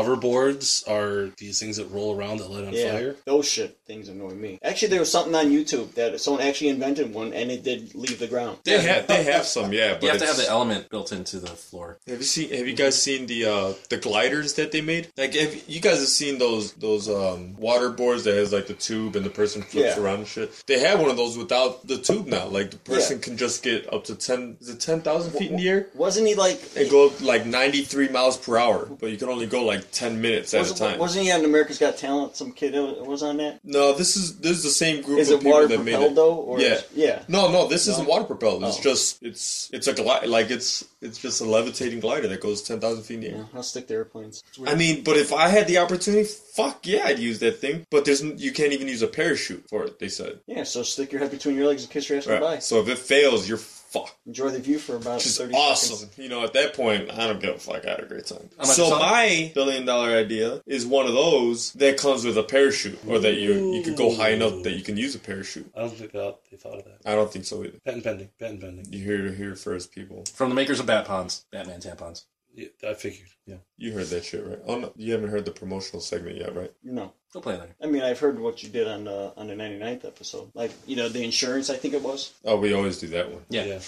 F: hoverboards are these things that roll around that light on
C: Yeah,
F: fire.
C: those shit things annoy me. Actually, there was something on YouTube that someone actually invented one, and it did leave the ground.
B: They have. They have some. Yeah, but
A: You have to have
B: it's-
A: the element built into the floor.
B: Have you seen? Have you guys seen the uh, the gliders that they made? Like, if you guys have seen those those um, water boards that has like the tube and the person flips
C: Yeah.
B: around and shit. They have one of those without the tube now. Like the person
C: Yeah.
B: can just get up to ten is it ten thousand feet in the air
C: Wasn't he like?
B: and go like ninety three miles per hour, but you can only go like like ten minutes at a
C: Wasn't,
B: time.
C: wasn't he on America's Got Talent? Some kid that was on that.
B: No, this is this is the same group
C: Is
B: of
C: it
B: people
C: water
B: that made
C: propelled
B: it.
C: though, or
B: yeah,
C: is- yeah.
B: No, no, this isn't
C: No?
B: water propelled. It's
C: Oh.
B: just it's it's a gli- like it's it's just a levitating glider that goes ten thousand feet in the air.
C: I'll stick to airplanes.
B: I mean, but if I had the opportunity, fuck yeah, I'd use that thing. But there's n- you can't even use a parachute for it. They said.
C: Yeah, so stick your head between your legs and kiss your ass
B: Right.
C: goodbye.
B: So if it fails, you're fucked.
C: Enjoy the view for about
B: Which is
C: 30
B: awesome.
C: seconds.
B: You know, at that point, I don't give a fuck. I had a great time.
A: I'm at
B: So
A: the top.
B: my billion dollar idea is one of those that comes with a parachute, or that you you could go high enough that you can use a parachute.
F: I don't think that they thought of that.
B: I don't think so either.
F: Patent pending. Patent pending.
B: You hear it here first, people.
A: From the makers of Bat Pons, Batman tampons.
F: Yeah, I figured. Yeah.
B: You heard that shit, right? Oh no, you haven't heard the promotional segment yet, right?
C: No.
A: Go play later.
C: I mean, I've heard what you did on the on the 99th episode. Like, you know, the insurance, I think it was.
B: Oh, we always do that one.
A: Yeah.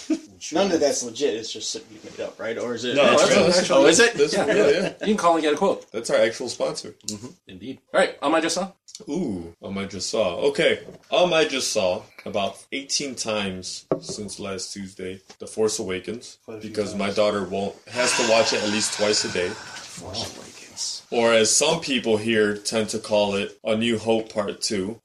C: None of that's legit. It's just something you made up, right? Or is it?
F: No,
B: That's
F: that's
B: real.
F: real.
B: That's
A: Oh,
B: real.
A: is it?
B: That's
A: Yeah.
B: real, yeah.
A: You can call and get a quote.
B: That's our actual sponsor.
A: Indeed. All right, on my just saw.
B: Ooh, um, I just saw. Okay, um, I just saw about 18 times since last Tuesday, The Force Awakens, because my daughter won't has to watch it at least twice a day,
E: Oh,
B: or as some people here tend to call it, A New Hope Part Two,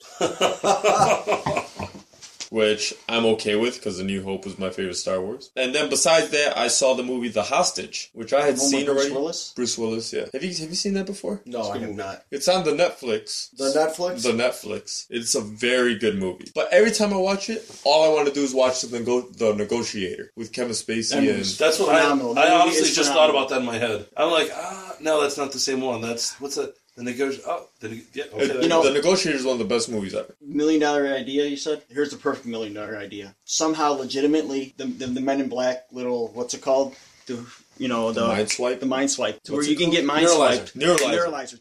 B: which I'm okay with because A New Hope was my favorite Star Wars. And then besides that, I saw the movie The Hostage, which I had
C: One with
B: seen
C: Bruce
B: already.
C: Willis?
B: Bruce Willis, yeah. Have you have you seen that before?
E: No, I have not.
B: It's on the Netflix.
E: The Netflix?
B: The Netflix. It's a very good movie. But every time I watch it, all I want to do is watch the, nego- the Negotiator with Kevin Spacey
C: That
B: and
C: movie's
F: That's what I,
C: Phenomenal.
F: I
C: Movie
F: honestly
C: is
F: just thought
C: phenomenal.
F: about that in my head. I'm like, ah, no, that's not the same one. That's what's that? The negotiation. Oh, the neg- yeah. Okay.
B: You know,
C: know-
B: the Negotiator is one of the best movies ever.
C: Million dollar idea, you said? Here's the perfect million dollar idea. Somehow, legitimately, the, the, the men in black little, what's it called? The, you know, the,
B: Mindswipe.
C: The mind swipe. To where
B: What's
C: you
B: it
C: can get mind
A: Neuralizer.
C: swiped.
B: Neuralizer.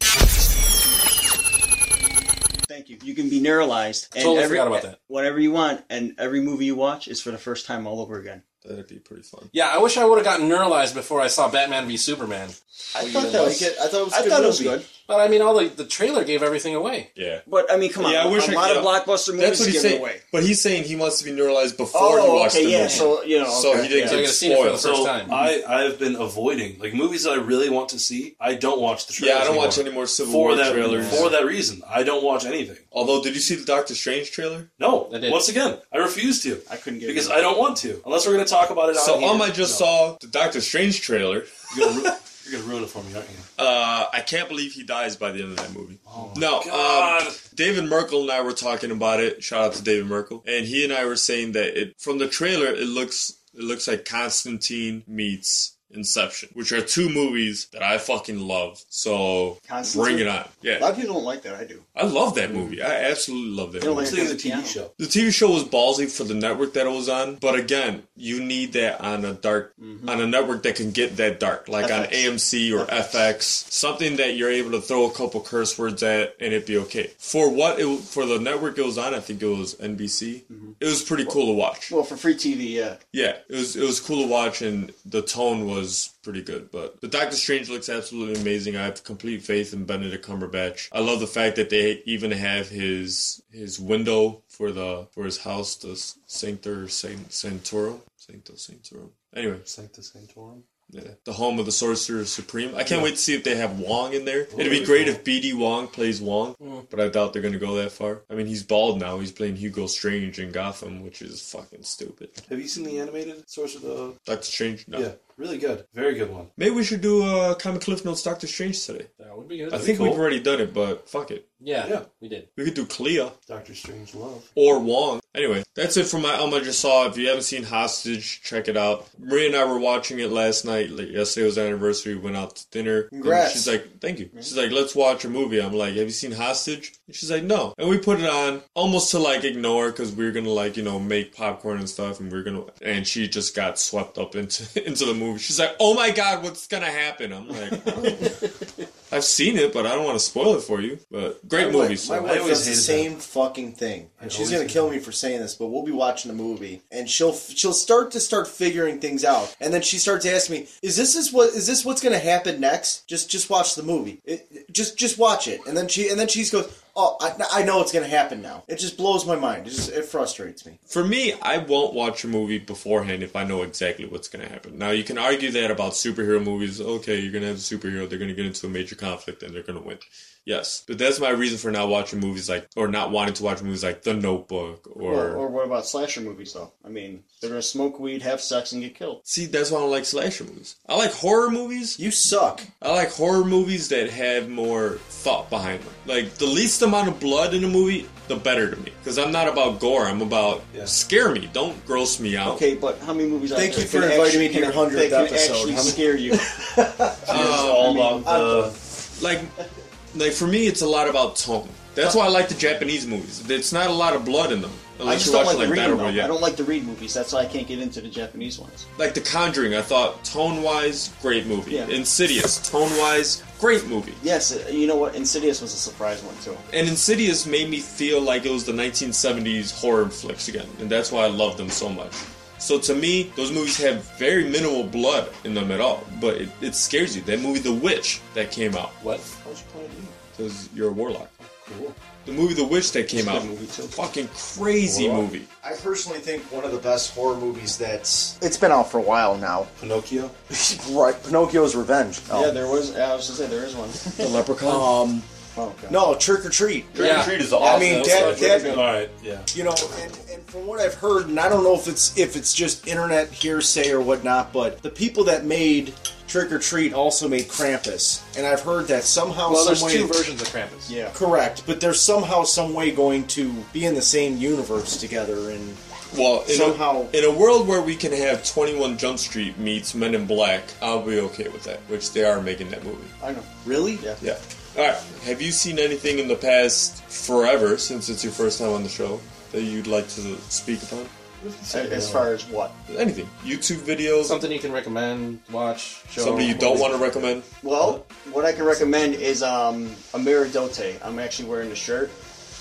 C: Thank you. You can be neuralized. And
A: Totally
C: every,
A: forgot about that.
C: Whatever you want, and every movie you watch is for the first time all over again.
B: That'd be pretty fun.
A: Yeah, I wish I would have gotten neuralized before I saw Batman v Superman.
C: I
E: I
C: thought
E: didn't like it. I thought it was a
C: I
E: good
C: thought it was
E: movie.
C: good.
A: But I mean, all the, the trailer gave everything away.
B: Yeah.
C: But I mean, come on.
B: Yeah, I wish
C: a
B: I-
C: lot
B: yeah.
C: of blockbuster movies
B: That's what
C: give
B: he's
C: it
B: saying.
C: away.
B: But he's saying he wants to be neuralized before he
C: Oh,
B: watched
C: okay,
B: the
C: yeah.
B: movie.
C: So you know,
B: So
C: okay,
B: he didn't
C: yeah.
A: So I
B: get
A: gotta see it for the
B: spoiled.
A: first-
F: So
A: time.
F: I I have been avoiding like movies that I really want to see. I don't watch the trailers.
B: yeah, I don't
F: anymore.
B: watch any more Civil
F: for
B: War
F: that
B: trailers.
F: for that reason. I don't watch anything.
B: Although, did you see the Doctor Strange trailer?
F: No,
A: I did.
F: once again, I refuse to
C: I couldn't get
F: because
C: it.
F: I don't want to. Unless we're going to talk about it.
B: So,
F: on here.
B: um, I just
F: No.
B: saw the Doctor Strange trailer.
F: You're going to ruin it for me, aren't you?
B: Uh, I can't believe he dies by the end of that movie.
C: Oh
B: no,
F: God.
B: um, David Merkel and I were talking about it. Shout out to David Merkel, and he and I were saying that it from the trailer it looks it looks like Constantine meets Inception, which are two movies that I fucking love. So
C: Constantine?
B: bring it on!
C: A lot
B: Yeah,
C: of people don't like that. I do.
B: I love that movie. I absolutely love that
C: They don't
B: movie.
C: like
F: This
C: it
F: thing is
C: because
F: a
C: of
F: TV
C: piano.
F: show.
B: The TV show was ballsy for the network that it was on, but again, you need that on a dark on a network that can get that dark, like on
C: FX.
B: AMC or FX. something that you're able to throw a couple curse words at and it'd be okay. For what it for the network it was on, I think it was NBC. It was pretty cool to watch.
C: Well, for free TV, yeah.
B: Yeah, it was it was cool to watch and the tone was pretty good. But the Doctor Strange looks absolutely amazing. I have complete faith in Benedict Cumberbatch. I love the fact that they even have his his window for the for his house, the Sanctor San- Santorum, Sancto Sanctorum. Anyway,
F: It's like the Santorum.
B: yeah, the home of the Sorcerer Supreme. I can't wait to see if they have Wong in there. It'd be great if BD Wong plays Wong, but I doubt they're gonna go that far. I mean, he's bald now. He's playing Hugo Strange in Gotham, which is fucking stupid.
F: Have you seen the animated Source of the?
B: Doctor Strange, no.
F: Yeah, really good, very good one.
B: Maybe we should do a comic cliff notes Doctor Strange today.
A: That would be good.
B: I think
F: cool.
B: we've already done it, but fuck it.
A: yeah,
F: Yeah.
A: we did.
B: We could do Clea
F: Doctor Strange Love.
B: or Wong. Anyway, that's it for my Elm I just saw. If you haven't seen Hostage, check it out. Maria and I were watching it last night. Like, Yesterday was our anniversary. We went out to dinner. And
E: Congrats.
B: she's like, thank you. She's like, let's watch a movie. I'm like, have you seen Hostage? And she's like, no. And we put it on almost to like ignore because we were going to like, you know, make popcorn and stuff. And we are going to, and she just got swept up into, into the movie. She's like, oh my God, what's going to happen? I'm like, I've seen it, but I don't want to spoil it for you. But great
E: My wife-
B: movie.
E: My
B: So.
E: wife
F: always
E: does the
F: hated
E: same fucking thing, and she's
F: always
E: gonna
F: hated
E: kill me for saying this, but we'll be watching a movie, and she'll she'll start to start figuring things out, and then she starts asking me, "Is this is what is this what's gonna happen next? Just just watch the movie, it, just just watch it." And then she and then she goes, oh, I, I know it's gonna happen now. It just blows my mind. It just it frustrates me.
B: For me, I won't watch a movie beforehand if I know exactly what's going to happen. Now, you can argue that about superhero movies. Okay, you're going to have a superhero, they're going to get into a major conflict, and they're going to win. Yes, but that's my reason for not watching movies like, or not wanting to watch movies like The Notebook or.
C: Or, or what about slasher movies though? I mean, they're gonna smoke weed, have sex, and get killed.
B: See, that's why I don't like slasher movies. I like horror movies.
E: You suck.
B: I like horror movies that have more thought behind them. Like the least amount of blood in a movie, the better to me. Because I'm not about gore. I'm about scare me. Don't gross me out.
C: Okay, but how many movies? out
E: Thank
C: there
E: you for
C: can
E: inviting
C: actually-
E: me to your
C: can-
E: 100th
C: that can
E: episode.
C: Actually
E: How many-
C: scare you.
B: Um,
D: About
F: Uh,
D: the
B: like, like for me, it's a lot about tone. That's why I like the Japanese movies. It's not a lot of blood in them.
C: I
B: Unless
C: just
B: you
C: don't
B: watch
C: like,
B: like
C: to read
B: Battle
C: them. though. I
B: Royale.
C: don't like to read movies. That's why I can't get into the Japanese ones.
B: Like The Conjuring, I thought tone wise, great movie.
C: Yeah.
B: Insidious, tone wise, great movie.
C: Yes, uh, you know what? Insidious was a surprise one too.
B: And Insidious made me feel like it was the 1970s horror flicks again, and that's why I love them so much. So to me, those movies have very minimal blood in them at all, but it, it scares you. That movie, The Witch, that came out
D: what? How'd you play it?
B: because you're a warlock.
D: Cool.
B: The movie, The Witch, that came
C: It's a
B: out,
C: good movie, too.
B: fucking crazy
D: Warlock.
B: movie.
E: I personally think one of the best horror movies that's it's been out for a while now.
D: Pinocchio.
E: right, Pinocchio's Revenge. Oh.
C: Yeah, there was. I was gonna say there is one.
B: The Leprechaun.
E: Um,
C: oh god.
E: no, Trick or Treat.
A: Yeah.
D: Treat is
E: I
D: awesome.
E: mean,
D: That
E: that,
D: was
E: that
F: All right, yeah.
E: you know, and, and from what I've heard, and I don't know if it's if it's just internet hearsay or whatnot, but the people that made Trick or Treat also made Krampus, and I've heard that somehow,
A: Well,
E: some
A: there's
E: way,
A: two versions of Krampus.
C: Yeah.
E: correct, but they're somehow, some way going to be in the same universe together, and
B: Well, in
E: Somehow-
B: a, in a world where we can have 21 Jump Street meets Men in Black, I'll be okay with that. Which they are making that movie.
C: I know.
E: really,
C: Yeah.
B: Yeah. All right. Have you seen anything in the past forever since it's your first time on the show that you'd like to speak upon?
C: As far as what?
B: Anything? YouTube videos?
A: Something you can recommend, watch, show.
B: somebody you don't want to recommend?
C: Well, what I can recommend is um, Amiradote. I'm actually wearing the shirt.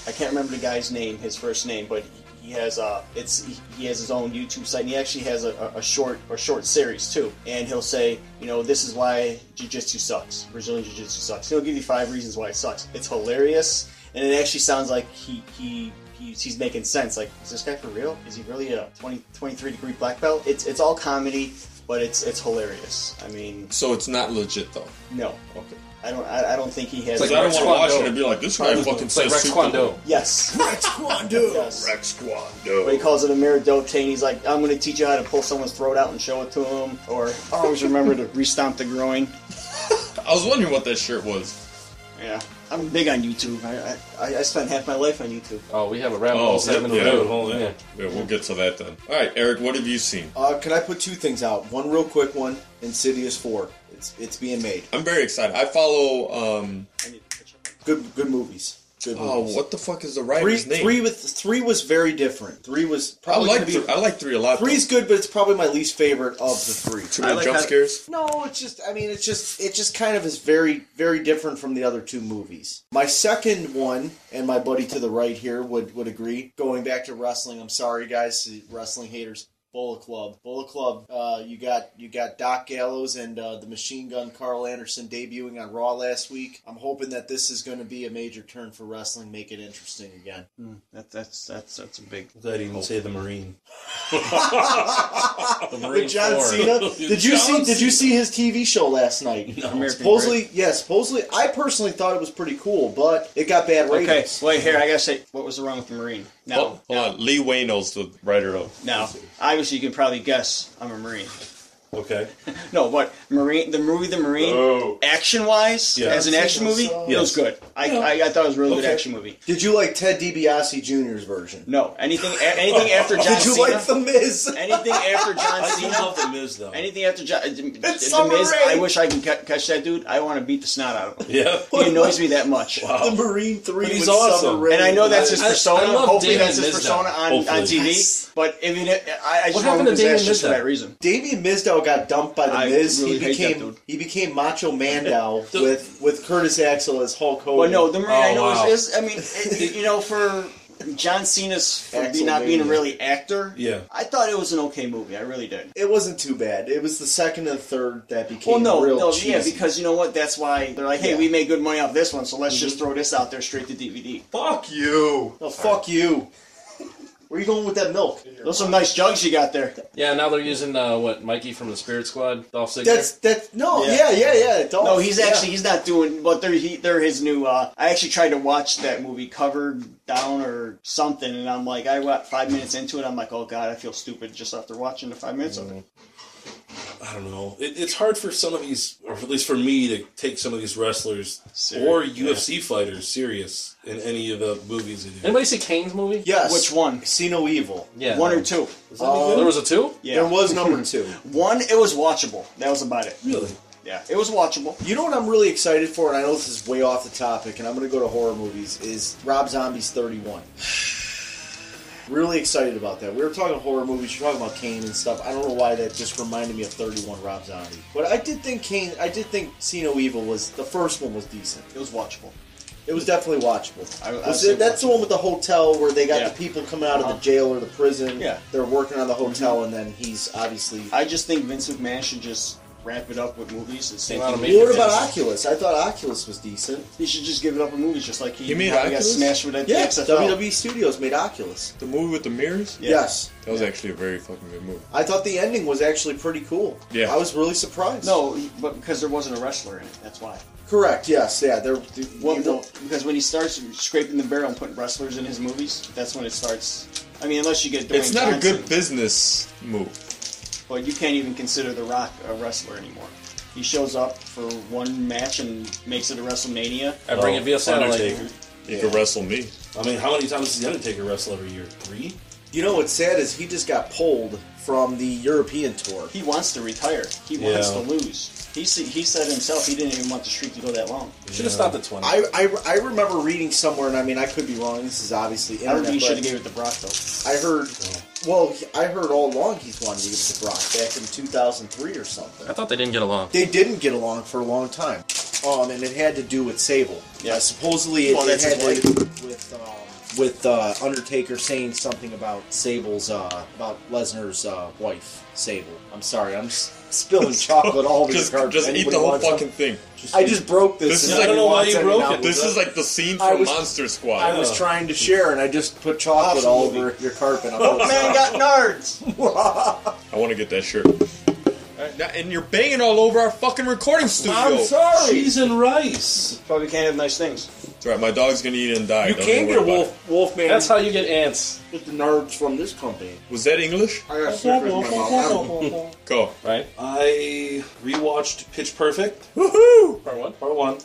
C: I can't remember the guy's name, his first name, but he has uh, it's he has his own YouTube site, and he actually has a, a- a short or short series too. And he'll say, you know, this is why jiu-jitsu sucks. Brazilian jiu-jitsu sucks. He'll give you five reasons why it sucks. It's hilarious, and it actually sounds like he he. He's, he's making sense. Like, is this guy for real? Is he really a 20, 23 degree black belt? It's it's all comedy, but it's it's hilarious. I mean,
B: So it's not legit though.
C: no,
B: Okay.
C: I don't. I, I don't think he has.
B: Like, I don't
A: Rex
B: want to watch
A: Kwon
B: it and be like, this guy fucking
A: It's like
B: says
A: Rex
B: super-
A: Kwando.
C: yes,
E: Rex Kwando.
C: yes.
B: Rex Kwando.
C: But he calls it a miradote, and he's like, "I'm going to teach you how to pull someone's throat out and show it to him." Or I always remember to restomp the groin.
B: I was wondering what that shirt was.
C: Yeah, I'm big on YouTube. I I, I spent half my life on YouTube.
A: Oh, we have a rabbit
B: Oh,
A: hole segment.
B: yeah.
A: to do.
B: Rabbit hole, yeah. Yeah, we'll get to that then. All right, Eric, what have you seen?
E: Uh, can I put two things out? One real quick one, Insidious Four. It's it's being made.
B: I'm very excited. I follow. um
C: I need to catch up.
E: Good good movies. Good
B: Oh,
E: movies.
B: what the fuck is the
E: Three,
B: writer's name?
E: three with three was very different. Three was
B: I
E: probably
B: like
E: gonna be,
B: three, I like three a lot. though.
E: three's good, but it's probably my least favorite of the three.
B: Too
E: I
B: many
E: like
B: jump
E: how-
B: scares.
E: No, it's just I mean it's just it just kind of is very very different from the other two movies. My second one and my buddy to the right here would would agree. Going back to wrestling, I'm sorry guys, to wrestling haters. Bullet Club, Bullet Club. Uh, you got you got Doc Gallows and uh, the Machine Gun Carl Anderson debuting on Raw last week. I'm hoping that this is going to be a major turn for wrestling, make it interesting again.
C: That, that's that's that's a big.
F: Glad you didn't say the Marine.
A: The Marine
E: With John
A: Corps.
E: Cena, did you
F: John
E: see? Did you see his TV show last night?
C: American
E: Supposedly, yeah, supposedly. I personally thought it was pretty cool, but it got bad
C: Great. Okay,
E: ratings.
C: wait here. I gotta say, what was wrong with the Marine? Now,
B: Oh, hold on. Lee Wayno's the writer of.
C: now, obviously you can probably guess I'm a Marine.
F: Okay.
C: No, but Marine, the movie The Marine,
F: Oh.
C: action wise,
F: Yeah.
C: as an action movie, it was
F: Yes.
C: good. I, I, I thought it was a really good
F: Okay.
C: action movie.
E: Did you like Ted DiBiase Jr.'s version?
C: No, anything a- anything after John
E: Did you
C: Cena.
E: like The Miz?
C: anything after John
F: I do
C: Cena.
F: love the Miz though.
C: Anything after John, uh, the
E: Summer
C: Miz,
E: Rae.
C: I wish I could ca- catch that dude. I want to beat the snot out of him.
F: yeah.
C: He annoys me that much.
E: The Marine Three
F: But he's
E: with
F: awesome.
E: Summer Rae.
C: And I know that's his
A: I- I
C: persona.
A: love
C: Hopefully,
A: Damon
C: that's his
A: Mizdow.
C: persona on, on
F: Hopefully.
C: TV. But I mean, it, I, I just
A: happened
C: want
A: to
C: him
A: Damon
C: just for
A: Mizdow?
C: that reason.
E: Damian Mizdow got dumped by the
C: I
E: Miz.
C: really
E: he
C: hate that
E: became
C: dude.
E: he became Macho Mandow with with Curtis Axel as Hulk Hogan.
C: But no, the Marine. I
F: Oh,
C: know
F: wow.
C: is, is. I mean, it, you know, for John Cena's for be- not being a
E: Axelmania.
C: really actor.
F: Yeah.
C: I thought it was an okay movie. I really did.
E: It wasn't too bad. It was the second and third that
C: Well,
E: became
C: no,
E: real
C: no, yeah,
E: cheesy.
C: because you know what? That's why they're like, hey,
E: Yeah. Mm-hmm.
C: we made good money off this one, so let's just throw this out there straight to DVD.
B: Fuck you.
C: Oh,
E: No, fuck you. Where you going with that milk?
C: Those are some nice jugs you got there.
A: Yeah, now they're using uh, what Mikey from the Spirit Squad, Dolph Ziggler.
E: That's that's no,
C: Yeah.
E: yeah, yeah, yeah. Dolph,
C: No, he's
E: yeah.
C: actually he's not doing. But they're he, they're his new. Uh, I actually tried to watch that movie covered down or something, and I'm like, I got five minutes into it. I'm like, oh god, I feel stupid just after watching the five minutes of it.
E: Mm-hmm.
F: I don't know. It, it's hard for some of these, or at least for me, to take some of these wrestlers
C: Serious,
F: or UFC fighters serious in any of the movies. They do.
A: Anybody see Kane's movie?
E: yes.
C: Which one?
E: See no evil.
A: Yeah.
C: One or two?
E: Uh,
A: There was a two?
C: Yeah,
E: There was number two.
C: one. It was watchable. That was about it.
F: Really?
C: Yeah, it was watchable.
E: You know what I'm really excited for, and I know this is way off the topic, and I'm going to go to horror movies, is Rob Zombie's 31. really excited about that. We were talking horror movies, you're talking about Kane and stuff. I don't know why that just reminded me of 31 Rob Zombie. But I did think Kane, I did think See No Evil was, the first one was decent.
C: It was watchable.
E: It was definitely watchable.
C: I- I
E: Was
C: say
E: it- that's the one with the hotel where they got
C: Yeah. Uh-huh.
E: the people coming out of the jail or the prison.
C: Yeah. Mm-hmm.
E: They're working on the hotel, and then he's obviously.
C: I just think Vince McMahon should just wrap it up with movies and say
A: Well,
C: he,
A: maybe-
E: what about Oculus? I thought Oculus was decent.
C: he should just give it up with movies, just like he
B: You mean
C: how he got
B: Oculus?
C: smashed with that
E: Yeah, E.
C: XFL.
E: WWE Studios made Oculus.
B: The movie with the mirrors?
C: Yeah.
E: Yes.
B: That was actually a very fucking good movie.
E: I thought the ending was actually pretty cool.
B: Yeah.
E: I was really surprised.
C: No, he- but because there wasn't a wrestler in it, that's why.
E: Correct, yes, yeah. They're,
C: Well,
E: you know,
C: because when he starts scraping the barrel and putting wrestlers in his movies, that's when it starts. I mean, unless you get Dwayne
B: It's not a
C: Johnson,
B: good business move.
C: but you can't even consider The Rock a wrestler anymore. He shows up for one match and makes it a WrestleMania.
A: I bring
B: Oh,
A: it via satellite.
F: Undertaker.
B: You could wrestle me.
F: I mean, how many times does the Undertaker wrestle every year? Three.
E: you know what's sad is he just got pulled from the European tour.
C: He wants to retire. He wants
F: Yeah.
C: to lose. He s- he said himself he didn't even want the streak to go that long.
A: Should have stopped at 20.
E: I, I, I remember reading somewhere, and I mean, I could be wrong. This is obviously
C: I don't
E: internet.
C: think he
E: but-
C: should have gave it to Brock though.
E: I heard. Well, he- I heard all along he's wanted to give it to Brock back in 2003 or
A: I
E: something.
A: thought they didn't get along.
E: They didn't get along for a long time, um, and it had to do with Sable.
C: Yeah.
E: Uh, supposedly it,
C: Well,
E: it
C: that's
E: had
C: his
E: to do with um, with uh, Undertaker saying something about Sable's uh, about Lesnar's uh, wife, Sable. I'm sorry, I'm s- spilling chocolate all over
B: Just,
E: the carpet.
B: just eat the whole fucking thing.
E: I just broke this.
B: This is
E: and
B: like- I
F: don't know why you
E: everyone wants
F: broke it.
E: any
B: This
E: now.
B: is like the scene
E: I
B: from
E: was-
B: Monster Squad.
E: I was trying to share, and I just put chocolate all over your carpet. I'm really
C: Man
E: sorry.
C: got nerds.
B: I want to get that shirt. Alright, now- And you're banging all over our fucking recording studio.
E: sorry.
F: Cheese and rice.
C: Probably can't have nice things.
B: That's right, my dog's gonna eat it and die.
E: You
B: Don't
E: can
B: even
E: get a
B: worry about
E: wolf, wolf man.
A: That's how you get ants,
E: with the nerds from this company.
B: it. Was that English?
E: I got stickers in my mouth.
B: Go.
A: right?
F: I rewatched Pitch Perfect
B: Woohoo!
A: Part one.
F: Part One.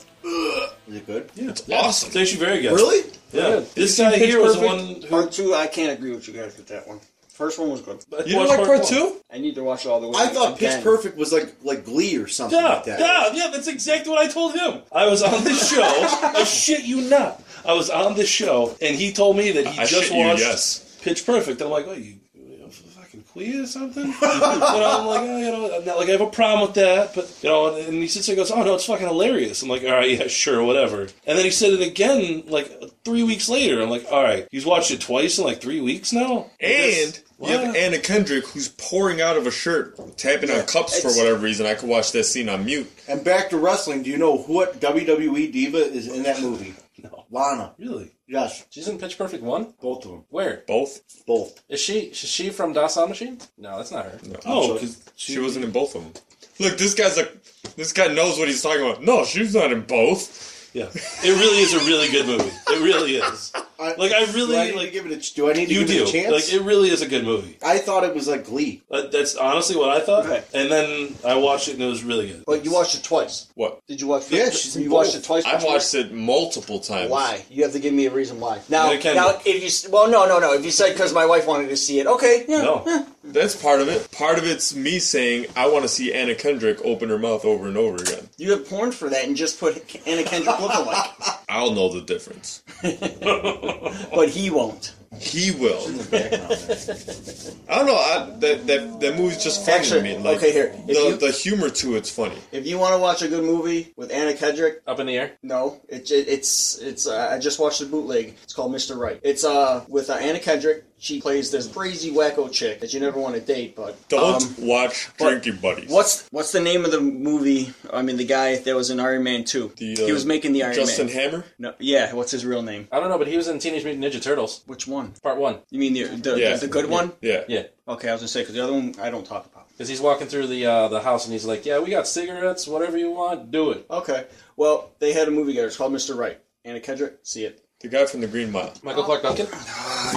E: Is it good?
F: Yeah, it's
B: Awesome.
F: It's actually very good.
E: Really?
F: Yeah.
A: Good.
F: This
A: Did you
F: guy
A: see Pitch
F: here was the
A: Perfect?
F: one who.
C: Part two, I can't agree with you guys with that one. First one was good.
B: You didn't like part two?
C: I need to watch it all the way.
E: I thought Pitch
C: again.
E: Perfect was like like Glee or something
F: Yeah,
E: like that.
F: yeah, yeah, that's exactly what I told him. I was on this show. I shit you not. I was on this show, and he told me that he
B: I
F: just
B: shit you,
F: watched
B: yes.
F: Pitch Perfect. I'm like, oh, you, you know, fucking queer or something? you know, I'm like, oh, you know, I'm not like I have a problem with that, but, you know, and he sits there and goes, oh, no, it's fucking hilarious. I'm like, all right, yeah, sure, whatever. And then he said it again, like, three weeks later. I'm like, all right, he's watched it twice in like three weeks now?
B: And you have
F: What?
B: Anna Kendrick who's pouring out of a shirt, tapping on cups for
E: it's-
B: whatever reason. I could watch that scene on mute.
E: And back to wrestling. Do you know what WWE diva is in that movie?
F: No.
E: Lana.
F: Really?
E: Yes,
A: She's in Pitch Perfect one.
E: both of them.
A: Where
B: Both?
E: Both.
A: is she? Is she from Dassault Machine? No, that's not her.
F: Oh, because she,
B: She wasn't in both of them. Look, this guy's like, this guy knows what he's talking about. No, she's not in both.
F: Yeah, it really is a really good movie. It really is.
E: I-
F: Like I
E: Do I
F: really
E: need
F: like
E: to give it a? Do I need to
F: you
E: give
F: do.
E: it a chance?
F: Like it really is a good movie.
E: I thought it was like Glee.
F: Uh, that's honestly what I thought.
C: Okay.
F: And then I watched it and it was really good.
D: But you watched it twice.
B: What?
D: Did you watch?
E: Yeah, she's in
D: you watched
E: both.
D: it twice.
B: I've
D: before?
B: watched it multiple times.
D: Why? You have to give me a reason why. Now,
F: Neither can
D: now,
F: you.
D: if you s- well, no, no, no. If you said because my wife wanted to see it, okay, yeah,
F: No,
B: That's part of it. Part of it's me saying I want to see Anna Kendrick open her mouth over and over again.
C: You have porn for that and just put Anna Kendrick lookalike,
B: I'll know the difference.
C: but he won't.
B: He will.
E: in the background. there.
B: I don't know. I, that, that that movie's just funny
C: Actually,
B: to me. Like,
C: okay, here.
B: The,
C: If you-
B: the humor to it's funny.
C: If you want to watch a good movie with Anna Kendrick,
A: Up in the air.
C: no, it, it, it's it's. Uh, I just watched the bootleg. It's called Mr. Right. It's uh with uh, Anna Kendrick. She plays this crazy wacko chick that you never want to date, but
B: Don't
C: um,
B: watch
C: but-
B: Drinking Buddies.
C: What's what's the name of the movie? I mean, the guy that was in Iron Man Two.
B: The, uh,
C: he was making the Iron
B: Justin
C: Man.
B: Hammer?
C: no, yeah. What's his real name?
A: I don't know, but he was in Teenage Mutant Ninja Turtles,
C: Which one?
A: part one.
C: You mean the the,
B: Yeah.
C: the, the good one?
B: Yeah.
A: Yeah.
C: Okay, I was gonna say because the other one I don't talk about.
A: Because he's walking through the uh, the house and he's like, "Yeah, we got cigarettes, whatever you want, do it."
C: Okay, well they had a movie together. It's called Mr. Right. Anna Kendrick. See it.
B: The guy from the Green Mile.
A: Michael Clark Duncan.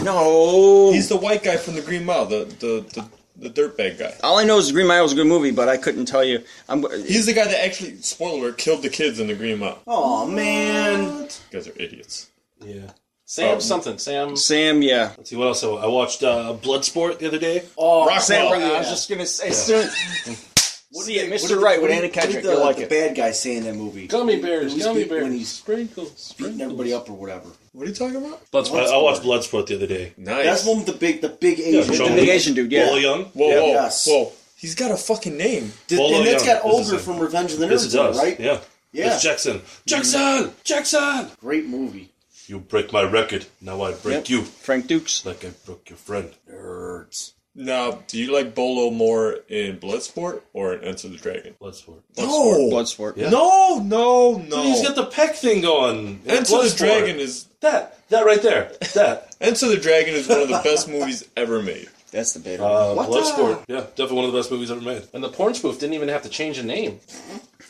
C: No.
B: He's the white guy from the Green Mile. The the the, the dirtbag guy.
C: All I know is Green Mile was a good movie, but I couldn't tell you. I'm.
B: He's the guy that actually, spoiler, alert, killed the kids in the Green Mile.
C: Oh man,
B: You guys are idiots.
F: Yeah.
A: Sam
B: Oh.
A: something. Sam.
C: Sam. Yeah.
F: Let's see what else. I I watched uh, Bloodsport the other day.
C: Oh,
B: Rockwell.
C: Sam. Rockwell. I
B: Yeah.
C: was just gonna say. Soon, see it,
E: What did
C: Mr.
E: the-
C: Right with
E: what
C: Anna
E: did- what did
C: Kendrick.
E: The,
C: You'll like
E: the
C: it.
E: bad guy say in that movie.
A: Gummy bears.
E: When he's
A: Gummy
E: beat-
A: bears.
E: When he's
A: sprinkles.
E: beating
A: sprinkles.
E: everybody up or whatever.
B: What are you talking about?
F: Bloodsport. I, I watched Bloodsport the other day.
B: Nice.
E: That's one with the big, the big Asian.
F: Sean
C: the
E: dude.
C: big
F: Lee-
C: Asian dude, yeah.
F: Bolo Young.
B: whoa,
E: Yeah.
B: whoa,
E: Yes.
B: whoa. He's got a fucking name.
E: Did-
F: Bolo
E: and that's
F: Young
E: got
F: is his
E: Olger
F: name.
E: from Revenge of the
F: Yes, it
E: Nerds,
F: does.
E: right?
F: Yeah.
E: Yeah.
F: It's Jackson. Jackson. Jackson.
E: Great movie.
F: You break my record. Now I break you,
C: Frank Dukes.
F: like I broke your friend.
E: Nerds.
B: Now, do you like Bolo more in Bloodsport or in Enter the Dragon?
F: Bloodsport.
B: No.
C: Bloodsport.
F: Yeah.
B: No, no, no.
F: He's got the peck thing going.
B: Enter the
F: Bloodsport.
B: Dragon is
F: That. That right there. That.
B: Enter the Dragon is one of the best movies ever made.
C: That's the big
F: Uh,
E: What
F: Bloodsport. Yeah. Definitely one of the best movies ever made.
A: And the porn spoof didn't even have to change a name.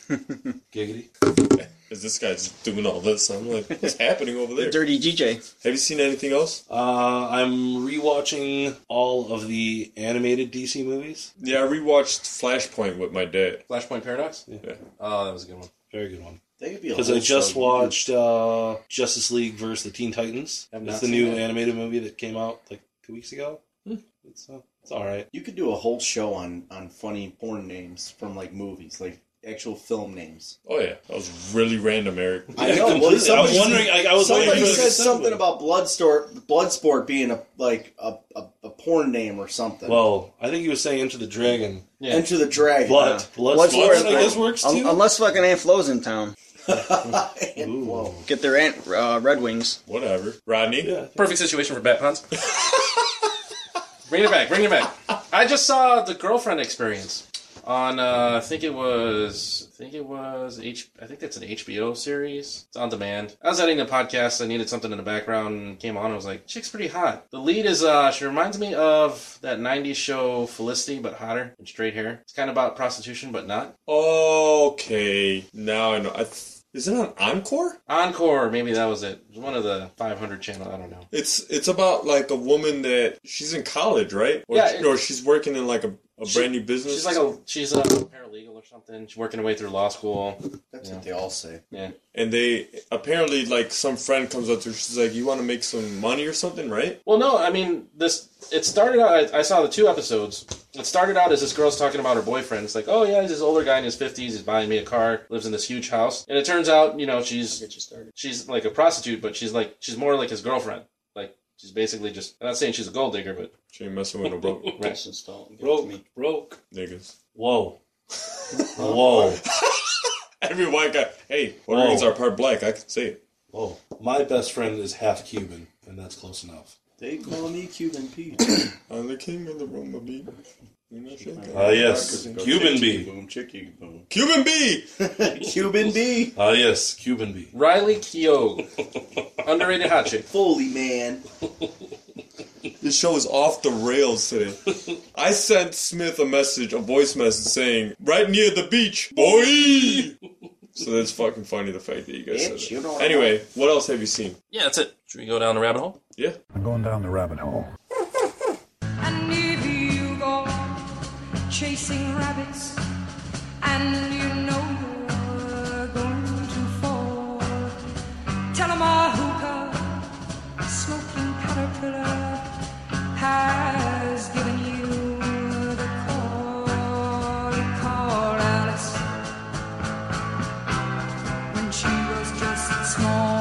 F: Giggity.
B: Is this guy just doing all this? I'm like, what's happening over there?
C: Dirty DJ.
B: Have you seen anything else?
F: Uh, I'm rewatching all of the animated DC movies.
B: Yeah, I rewatched Flashpoint with my dad.
A: Flashpoint Paradox.
B: Yeah.
A: Oh, that was a good one.
F: Very good one.
E: They could be a
F: Because
E: whole
F: I just
E: show.
F: watched uh, Justice League versus the Teen Titans.
A: Have
F: It's
A: not
F: the
A: seen
F: new
A: that.
F: animated movie that came out like two weeks ago. It's uh, it's all right.
E: You could do a whole show on on funny porn names from like movies, like actual film names.
B: Oh yeah, that was really random, Eric.
E: I know.
F: completely.
E: Well, somebody-
F: I'm wondering. I, I was
E: Somebody
F: waiting for
E: said
F: this
E: something about Bloodsport, Bloodsport being a like a, a, a porn name or something.
F: Well, I think he was saying Enter the Dragon.
A: Yeah.
E: Enter the Dragon.
F: Blood, blood, blood,
C: Bloodsport.
F: I guess works
C: Un-
F: too.
C: unless fucking Aunt Flo's in town.
E: And- whoa.
C: Get their Aunt uh, Red Wings.
B: Whatever, Rodney.
F: yeah,
A: Perfect situation for Bat Pons. bring it back, bring it back. I just saw the girlfriend experience on uh, I think it was I think it was H I think that's an HBO series. It's on demand. I was editing the podcast, I needed something in the background and came on and was like, Chick's pretty hot. The lead is uh she reminds me of that nineties show Felicity, but hotter and straight hair. It's kinda about prostitution but not.
B: Okay, now I know. I th- is it on Encore?
A: Encore, maybe that was it. It was one of the five hundred channel, I don't know.
B: It's it's about like a woman that she's in college, right? Or,
A: Yeah, it-
B: or she's working in like a, a brand new business.
A: She's like a she's a paralegal or something. She's working her way through law school.
E: That's what they all say.
B: and they apparently like some friend comes up to her. She's like, "You want to make some money or something, right?"
A: Well, no, I mean this. It started out. I, I saw the two episodes. It started out as this girl's talking about her boyfriend. It's like, oh yeah, he's this older guy in his fifties. He's buying me a car. Lives in this huge house. And it turns out, you know, she's
C: Get you started.
A: she's like a prostitute, but she's like she's more like his girlfriend. Like she's basically just. I'm not saying she's a gold digger, but
B: She ain't messing with no broke
A: right.
F: broke, broke.
B: niggas.
F: Whoa, whoa,
B: Every white guy. Hey,
F: Whoa.
B: Puerto Ricans are part black. I can say it.
F: whoa. My best friend is half Cuban, and that's close enough.
E: They call me Cuban Pete.
B: I'm the king of the Roma bee. You're not shaking.
F: Ah yes, Cuban B.
E: Boom, chicky boom.
B: Cuban bee.
E: Cuban B.
F: Ah yes, Cuban B.
A: Riley Keough, underrated hot chick.
E: Fully man.
B: This show is off the rails today. I sent Smith a message, a voice message saying, "Right near the beach, boy." so that's fucking funny. The fact that you guys said
E: Bitch, you
B: that.
E: know what I
B: anyway, what else have you seen?
A: Yeah, that's it. Should we go down the rabbit hole?
B: Yeah.
I: I'm going down the rabbit hole.
J: And if you go chasing rabbits, and you know you're going to fall, tell 'em a hookah, a smoking caterpillar, has given you the call. You call Alice when she was just small.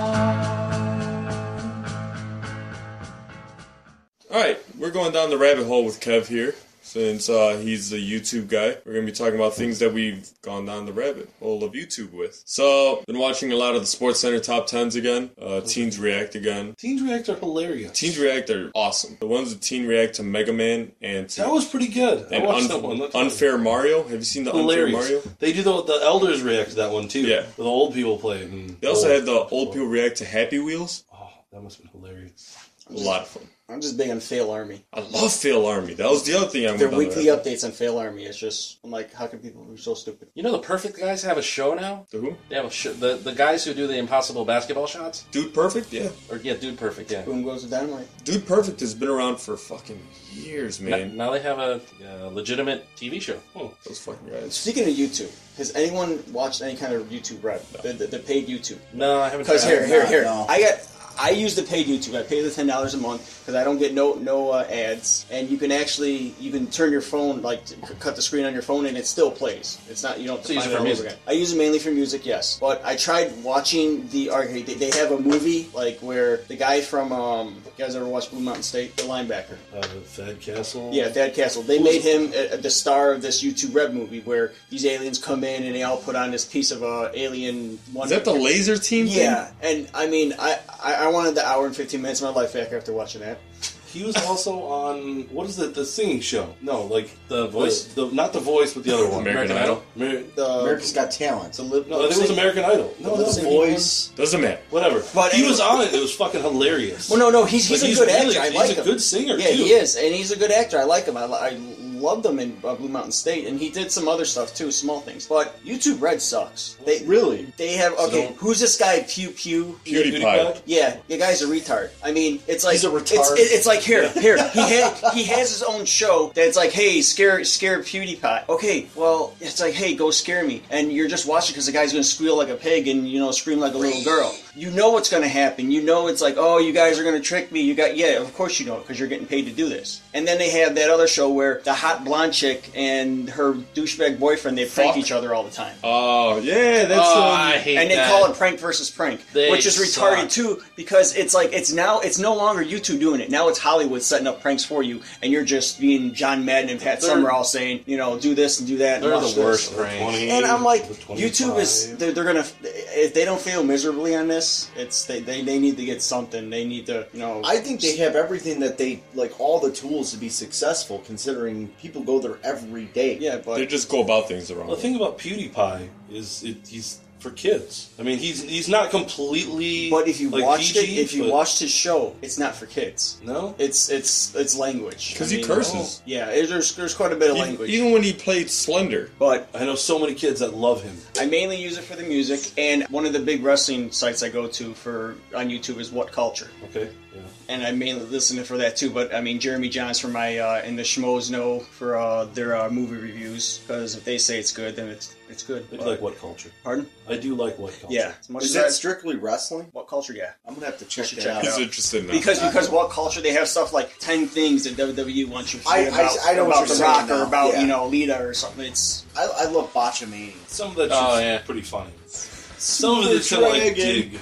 B: going down the rabbit hole with Kev here. Since uh, he's a YouTube guy, we're gonna be talking about things that we've gone down the rabbit hole of YouTube with. So, been watching a lot of the Sports Center top tens again, uh, Teens React again.
I: Teens React are hilarious.
B: Teens React are awesome. The ones that Teen React to Mega Man and to
I: that was pretty good. I
B: and
I: watched
B: Un-
I: that one. That's
B: Unfair Mario. Have you seen the
I: hilarious.
B: Unfair Mario?
I: They do the, the elders react to that one too.
B: Yeah.
I: where the old people play. it and-
B: They also
I: oh,
B: had the old people react to Happy Wheels.
I: Oh, that must have been hilarious.
B: A lot of fun.
C: I'm just big on Fail Army.
B: I love Fail Army. That was the other thing I went
C: Their
B: down the
C: weekly
B: rabbit-
C: updates on Fail Army. It's just I'm like, how can people be so stupid?
A: You know the Perfect guys have a show now.
B: The who?
A: They have a sh- the the guys who do the impossible basketball shots.
B: Dude Perfect. Yeah.
A: Or yeah, Dude Perfect. Yeah.
C: Boom goes the dynamite.
B: Dude Perfect has been around for fucking years,
A: Now,
B: man.
A: now they have a uh, legitimate TV show.
F: Hmm.
B: Those fucking guys.
C: Speaking of YouTube, has anyone watched any kind of YouTube rep? The, the, the paid YouTube.
A: No, I haven't.
C: Because
A: tried it.
C: here, here, here.
I: no.
C: I got. I use the paid YouTube. I pay the ten dollars a month because I don't get no no uh, ads, and you can actually you can turn your phone like to c- cut the screen on your phone and it still plays. It's not you don't have
A: So
C: to
A: you use it
C: find it
A: for
C: all over
A: music.
C: again. I use it mainly for music, yes. But I tried watching the okay, they, they have a movie like where the guy from um you guys ever watched Blue Mountain State the linebacker
A: Oh.
F: Uh, Fed Castle.
C: yeah, Thad Castle. They made him uh, the star of this YouTube Red movie where these aliens come in and they all put on this piece of uh, alien. One
B: Is that the laser team? thing?
C: Yeah, and I mean, I, I I wanted the hour and fifteen minutes of my life back after watching that.
F: He was also on what is it? The singing show? No, like
A: The voice.
F: the, the- not the voice, but the other one.
A: American
B: American, Idol.
A: Idol?
F: Amer-
C: The
I: America's Got Talent.
C: the lip,
F: no, I think it was American Idol. No,
C: the
F: no,
C: lip-sync
I: Voice.
B: Doesn't matter.
F: whatever.
C: But
F: he
C: anyway-
F: was on it. It was fucking hilarious.
C: Well, no, no, he's he's
F: Like,
C: a good
F: really-
C: actor. I
F: he's
C: like
F: a
C: him.
F: good singer.
C: Yeah,
F: too.
C: he is, and he's a good actor. I like him. I, I loved him in uh, Blue Mountain State, and he did some other stuff too, small things. But YouTube Red sucks. They
E: Really?
C: they have okay.
A: don't-
C: who's this guy? Pew Pew.
B: PewDiePie.
C: Yeah, the guy's a retard. I mean, it's like
E: He's a retard.
C: It's, it- it's like here, here. He had, he has his own show that's like, hey, scare scare PewDiePie. Okay, well, it's like, hey, go scare me, and you're just watching because the guy's gonna squeal like a pig and you know scream like a little girl. You know what's gonna happen. You know it's like, oh, you guys are gonna trick me. You got yeah, of course you know it because you're getting paid to do this. And then they have that other show where the hot blonde chick and her douchebag boyfriend they prank
B: Fuck.
C: each other all the time
B: Oh yeah, that's.
A: Oh,
B: um,
A: I hate
C: and they
A: that.
C: call it prank versus prank,
A: They
C: which is
A: suck.
C: retarded too because it's like it's now it's no longer YouTube doing it. Now it's Hollywood setting up pranks for you, and you're just being John Madden and Pat
A: They're-
C: Summerall saying, you know, do this and do that.
A: They're
C: and
A: the
C: watch
A: worst
C: This.
A: pranks.
C: And I'm like,
F: The 25.
C: YouTube is they're, they're gonna if they don't fail miserably on this, it's they, they they need to get something. They need to you know.
E: I think they have everything that they like, all the tools to be successful. Considering people go there every day.
C: yeah, but
B: They just go about things the wrong.
F: The
B: way.
F: thing about PewDiePie is it, he's for kids. I mean, he's he's not completely.
C: but if you
F: like,
C: watched
F: PG,
C: it, if you
F: but-
C: watched his show, it's not for kids.
F: no,
C: It's it's it's language
B: 'Cause
C: I
B: he
C: mean,
B: curses.
C: Yeah, it- there's there's quite a bit of
B: Even-
C: language.
B: Even when he played Slender,
C: but
F: I know so many kids that love him.
C: I mainly use it for the music, and one of the big wrestling sites I go to for on YouTube is What Culture,
F: Okay, yeah.
C: and I mainly listen to for that too. But I mean, Jeremy Johns for my uh, and the Schmoes know for uh, their uh, movie reviews because if they say it's good, then it's it's good.
F: I do like what culture?
C: Pardon?
F: I do like what culture.
C: Yeah, as much
E: Is
C: as
E: that
C: I-
E: strictly wrestling?
C: What Culture? Yeah,
E: I'm gonna have to check
C: should
E: that
C: check
E: out.
C: it
B: he's
C: Yeah.
B: interested now.
C: because because What Culture they have stuff like ten things that WWE wants you to
E: I-
C: say about,
E: I- I know what
C: about
E: you're
C: the
E: saying
C: Rock
E: now.
C: or about
E: Yeah.
C: you know Lita or something. It's
E: I, I love botchamania.
F: Some of that's
A: Oh,
F: just
A: yeah.
F: pretty funny. Some of it's kind of like dig.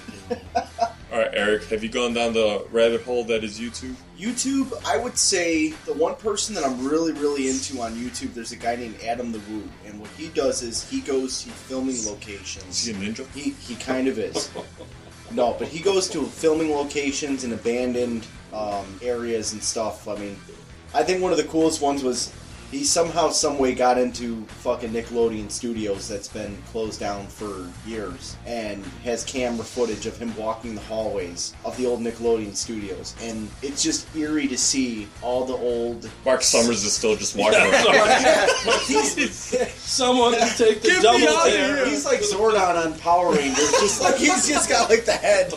B: All right, Eric, have you gone down the rabbit hole that is YouTube?
E: YouTube, I would say the one person that I'm really, really into on YouTube, there's a guy named Adam the Woo, and what he does is he goes to filming
B: Is
E: locations.
B: he a ninja?
E: He he kind of is. No, but he goes to filming locations and abandoned um, areas and stuff. I mean, I think one of the coolest ones was he somehow, some way got into fucking Nickelodeon Studios that's been closed down for years and has camera footage of him walking the hallways of the old Nickelodeon Studios. And it's just eerie to see all the old.
B: Mark Summers is still just walking. around.
F: Someone can take the
B: Get me
F: double
B: out of
F: tear.
E: He's like Zordon on Power Rangers, just like he's just got like the head.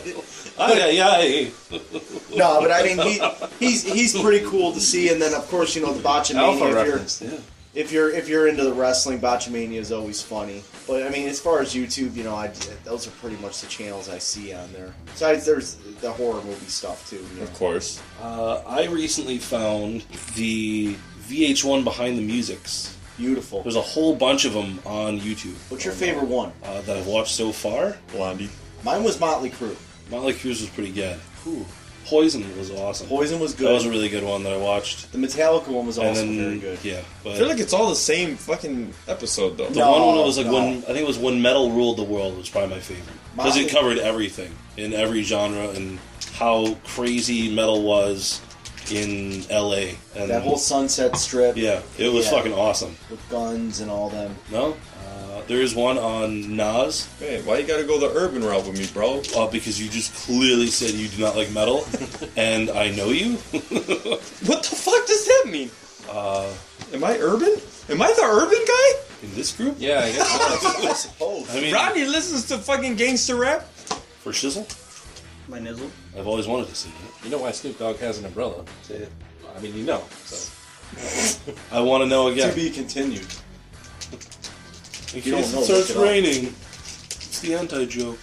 A: Oh,
F: Aye, aye, aye.
E: No, but I mean he he's he's pretty cool to see. And then of course you know the
A: Alpha
E: Botchamania. If you're,
A: reference.
F: Yeah.
E: if you're if you're into the wrestling, Botchamania is always funny. But I mean, as far as YouTube, you know, I those are pretty much the channels I see on there. Besides, there's the horror movie stuff too. You know.
B: Of course.
F: Uh, I recently found the VH1 Behind the Musics.
E: Beautiful.
F: There's a whole bunch of them on YouTube
E: What's your favorite one?
F: uh, that I've watched so far.
B: Blondie.
E: Mine was Motley Crue.
F: Motley Cruise was pretty good. Ooh. Poison was awesome.
I: Poison was good.
F: That was a really good one that I watched.
I: The Metallica one was also very good.
F: Yeah, but
B: I feel like it's all the same fucking episode though.
F: the one when it was like when I think it was when metal ruled the world was probably my favorite because it
B: My-
F: covered everything in every genre and how crazy metal was in L.A. and
I: That whole Sunset Strip.
F: Yeah, it was
I: Yeah.
F: fucking awesome.
I: With guns and all them.
F: No, uh, there is one on Nas.
B: Man, why you gotta go the urban route with me, bro?
F: Uh, because you just clearly said you do not like metal, and I know you.
B: What the fuck does that mean?
F: Uh,
B: Am I urban? Am I the urban guy?
F: in this group,
A: Yeah, I guess.
B: I suppose.
F: I mean-
B: Rodney listens to fucking gangster rap.
F: for Shizzle,
C: My nizzle.
F: I've always wanted to see it.
A: You know why Snoop Dogg has an umbrella? I mean, you know. So.
F: I want to know
I: To
F: again.
I: be continued.
F: In
I: You don't
F: case
I: know,
F: it starts
I: look it up.
F: raining, it's the anti joke.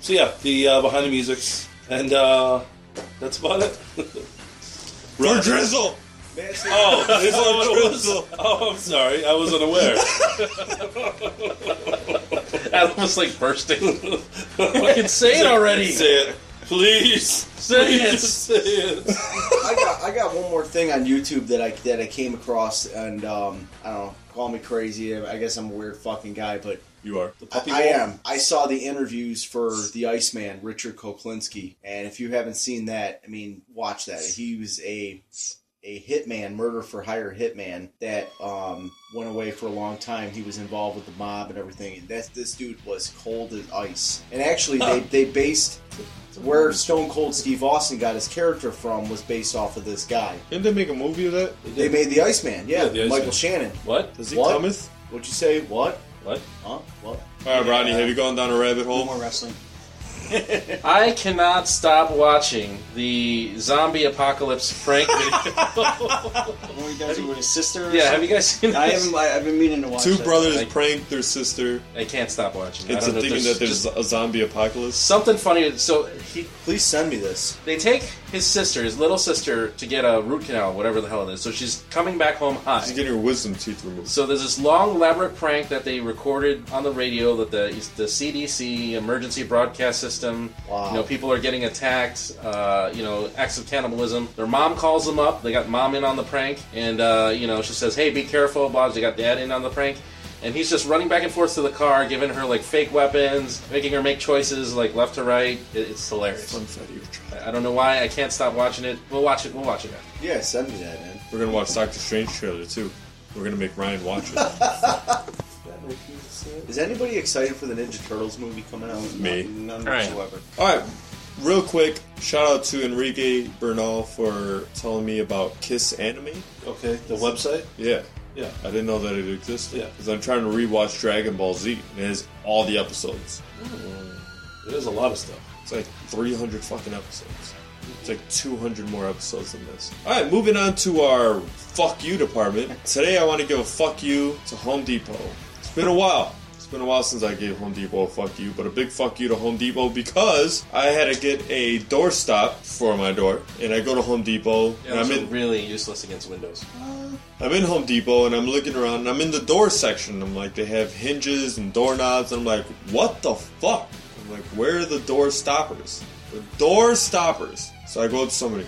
F: So yeah, the uh, behind the musics, and uh, that's about it.
B: Or drizzle.
F: oh, is that what it was? Oh, I'm sorry, I was unaware.
A: Adam was like bursting. Fucking say it already.
F: Say it, please.
A: Say it.
F: Say it.
C: I got I got one more thing on YouTube that I that I came across, and um, I don't know. Call me crazy. I guess I'm a weird fucking guy, but
B: You are.
C: I, I am. I saw the interviews for the Iceman, Richard Koklinski, and if you haven't seen that, I mean, watch that. He was a a hitman, murder for hire hitman that um, went away for a long time. He was involved with the mob and everything. And that this dude was cold as ice. And actually, they they based where Stone Cold Steve Austin got his character from was based off of this guy.
B: Didn't they make a movie of that?
C: They made the Iceman, yeah,
F: the Iceman.
C: Michael Shannon.
A: What?
B: Is he
C: What?
B: cometh?
C: What'd you say? What?
A: What?
C: Huh? What?
B: All right, Rodney, have you gone down a rabbit hole?
C: wrestling.
A: I cannot stop watching the zombie apocalypse prank video.
C: What you guys do with his sister?
A: yeah, have you guys seen
C: I
A: this?
C: haven't. I- I've been meaning to watch.
B: Two
C: that.
B: brothers
A: Like-
B: prank their sister.
A: I can't stop watching.
B: It's
A: I
B: a
A: don't know if
B: thing that there's
A: just
B: a zombie apocalypse.
A: something funny. So he
C: Please send me this.
A: They take his sister, his little sister, to get a root canal, whatever the hell it is. So she's coming back home
B: She's
A: high.
B: getting her wisdom teeth removed.
A: So there's this long, elaborate prank that they recorded on the radio that the the CDC emergency broadcast system.
C: Wow.
A: You know, people are getting attacked. Uh, you know, acts of cannibalism. Their mom calls them up. They got mom in on the prank, and uh, you know she says, "Hey, be careful." Blah. They got dad in on the prank. And he's just running back and forth to the car, giving her like fake weapons, making her make choices like left to right. It, it's hilarious. I don't know why I can't stop watching it. We'll watch it. We'll watch it. After.
C: Yeah, send me that, man.
B: We're gonna watch Doctor Strange trailer too. We're gonna make Ryan watch it.
C: Is anybody excited for the Ninja Turtles movie coming out?
B: Me.
C: None
A: All right.
C: whatsoever.
B: All right, real quick, shout out to Enrique Bernal for telling me about Kiss Anime.
I: Okay, the website?
B: Yeah,
I: Yeah.
B: I didn't know that it existed.
I: Yeah.
B: because I'm trying to rewatch Dragon Ball Z, and it has all the episodes.
I: There's a lot of stuff.
B: It's like 300 fucking episodes. It's like 200 more episodes than this. All right, moving on to our fuck you department. Today I want to give a fuck you to Home Depot. It's been a while. It's been a while since I gave Home Depot a fuck you, but a big fuck you to Home Depot because I had to get a door stop for my door, and I go to Home Depot and I'm
A: Those are
B: in
A: really useless against Windows.
B: I'm in Home Depot and I'm looking around and I'm in the door section. I'm like, they have hinges and doorknobs. And I'm like, what the fuck? I'm like, where are the door stoppers? The door stoppers. So I go to somebody.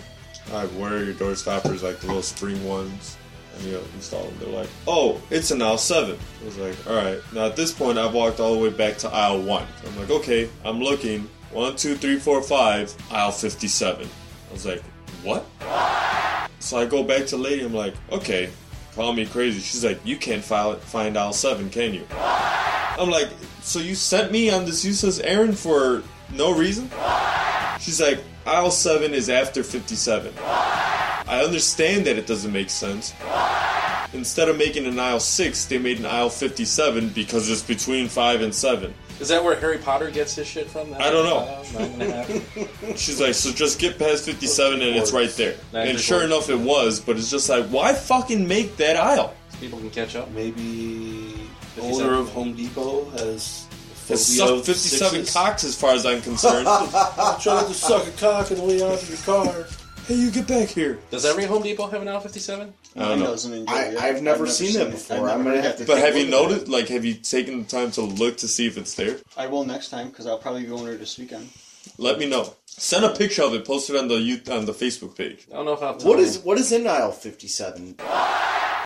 B: All right, where are your door stoppers? Like the little spring ones. And you know, install them. They're like, oh, it's an aisle seven. I was like, all right. Now at this point, I've walked all the way back to aisle one. I'm like, okay, I'm looking. One, two, three, four, five. Aisle fifty-seven. I was like, what? So I go back to the lady. I'm like, okay, call me crazy. She's like, you can't file find aisle seven, can you? I'm like, so you sent me on this useless errand for no reason? She's like, aisle seven is after 57. I understand that it doesn't make sense. Instead of making an aisle six, they made an aisle 57 because it's between five and seven.
A: Is that where Harry Potter gets his shit from? That
B: I don't know.
A: Uh, nine and a half?
B: She's like, so just get past 57 and it's right there.
A: Nine
B: And
A: three
B: sure
A: quarters.
B: enough, it was, but it's just like, why fucking make that aisle?
A: People can catch up.
I: Maybe the
A: 57.
I: owner of Home Depot has a phobia
B: It's suck
I: of
B: 57
I: sixes.
B: cocks as far as I'm concerned.
I: Trying to suck a cock in the way out of your car.
B: hey, you get back here.
A: Does every Home Depot have an Al 57?
B: I don't know.
E: I, I've, never seen, that before. I'm gonna have to.
B: But
E: take
B: have
E: a
B: you
E: look at
B: noticed? Like, have you taken the time to look to see if it's there?
C: I will next time because I'll probably go on there this weekend.
B: Let me know. Send a picture of it. Post it on the youth on the Facebook page.
A: I don't know if I'll
E: What is what is in aisle fifty seven?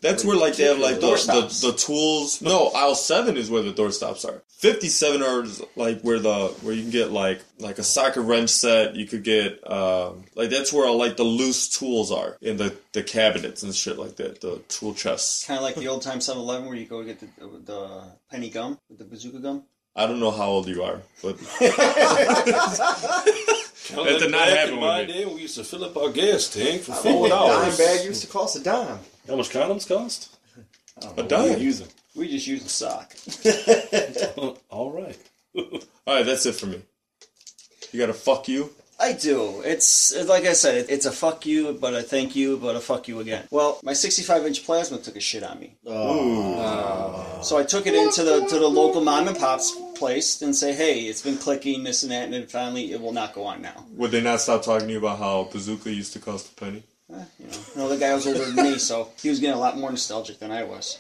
B: That's where like they have like the
E: Door stops.
B: the, the tools. No, aisle seven is where the door stops are. Fifty seven are like where the where you can get like like a socket wrench set. You could get um, like that's where all like the loose tools are in the the cabinets and shit like that. The tool chests.
C: Kind of like the old time 7 Eleven where you go get the, the penny gum, with the bazooka gum.
B: I don't know how old you are, but that did not happen
F: in
B: with
F: my
B: me.
F: day, we used to fill up our gas tank for
E: Oh,
F: four
E: dime
F: dollars.
E: bag used to cost a dime.
F: How much condoms cost?
B: a dime.
A: using?
C: We just use a sock.
F: All right.
B: All right, that's it for me. You gotta fuck you.
C: I do. It's it's like I said, it- it's a fuck you, but a thank you, but a fuck you again. Well, my 65 inch plasma took a shit on me.
E: Oh.
C: Oh. So I took it into the to the local mom and pop's place and say, hey, it's been clicking, this and that, and then finally it will not go on now.
B: Would they not stop talking to you about how bazooka used to cost a penny?
C: You know, you know, the guy was older than me, so he was getting a lot more nostalgic than I was.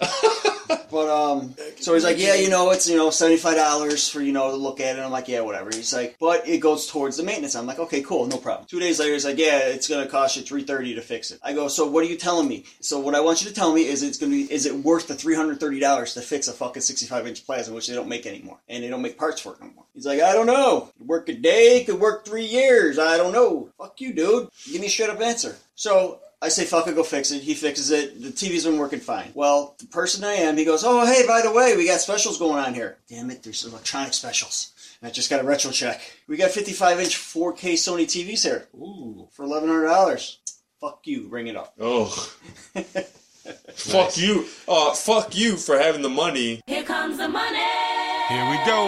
C: But um, so he's like, yeah, you know, it's you know seventy five dollars for you know to look at it. I'm like, yeah, whatever. He's like, but it goes towards the maintenance. I'm like, okay, cool, no problem. Two days later, he's like, yeah, it's gonna cost you three thirty to fix it. I go, so what are you telling me? So what I want you to tell me is it's gonna be is it worth the three hundred thirty dollars to fix a fucking sixty five inch plasma, which they don't make anymore, and they don't make parts for it no more. He's like, I don't know. Could work a day, could work three years. I don't know. Fuck you, dude. Give me a straight up answer. So I say, fuck it, go fix it. He fixes it. The TV's been working fine. Well, the person I am, he goes, oh, hey, by the way, we got specials going on here. Damn it, there's electronic specials. And I just got a retro check. We got 55 inch 4K Sony TVs here. Ooh. For $1,100. Fuck you, ring it up.
B: Oh. Fuck you. Uh, fuck you for having the money.
J: Here comes the money.
H: Here we go.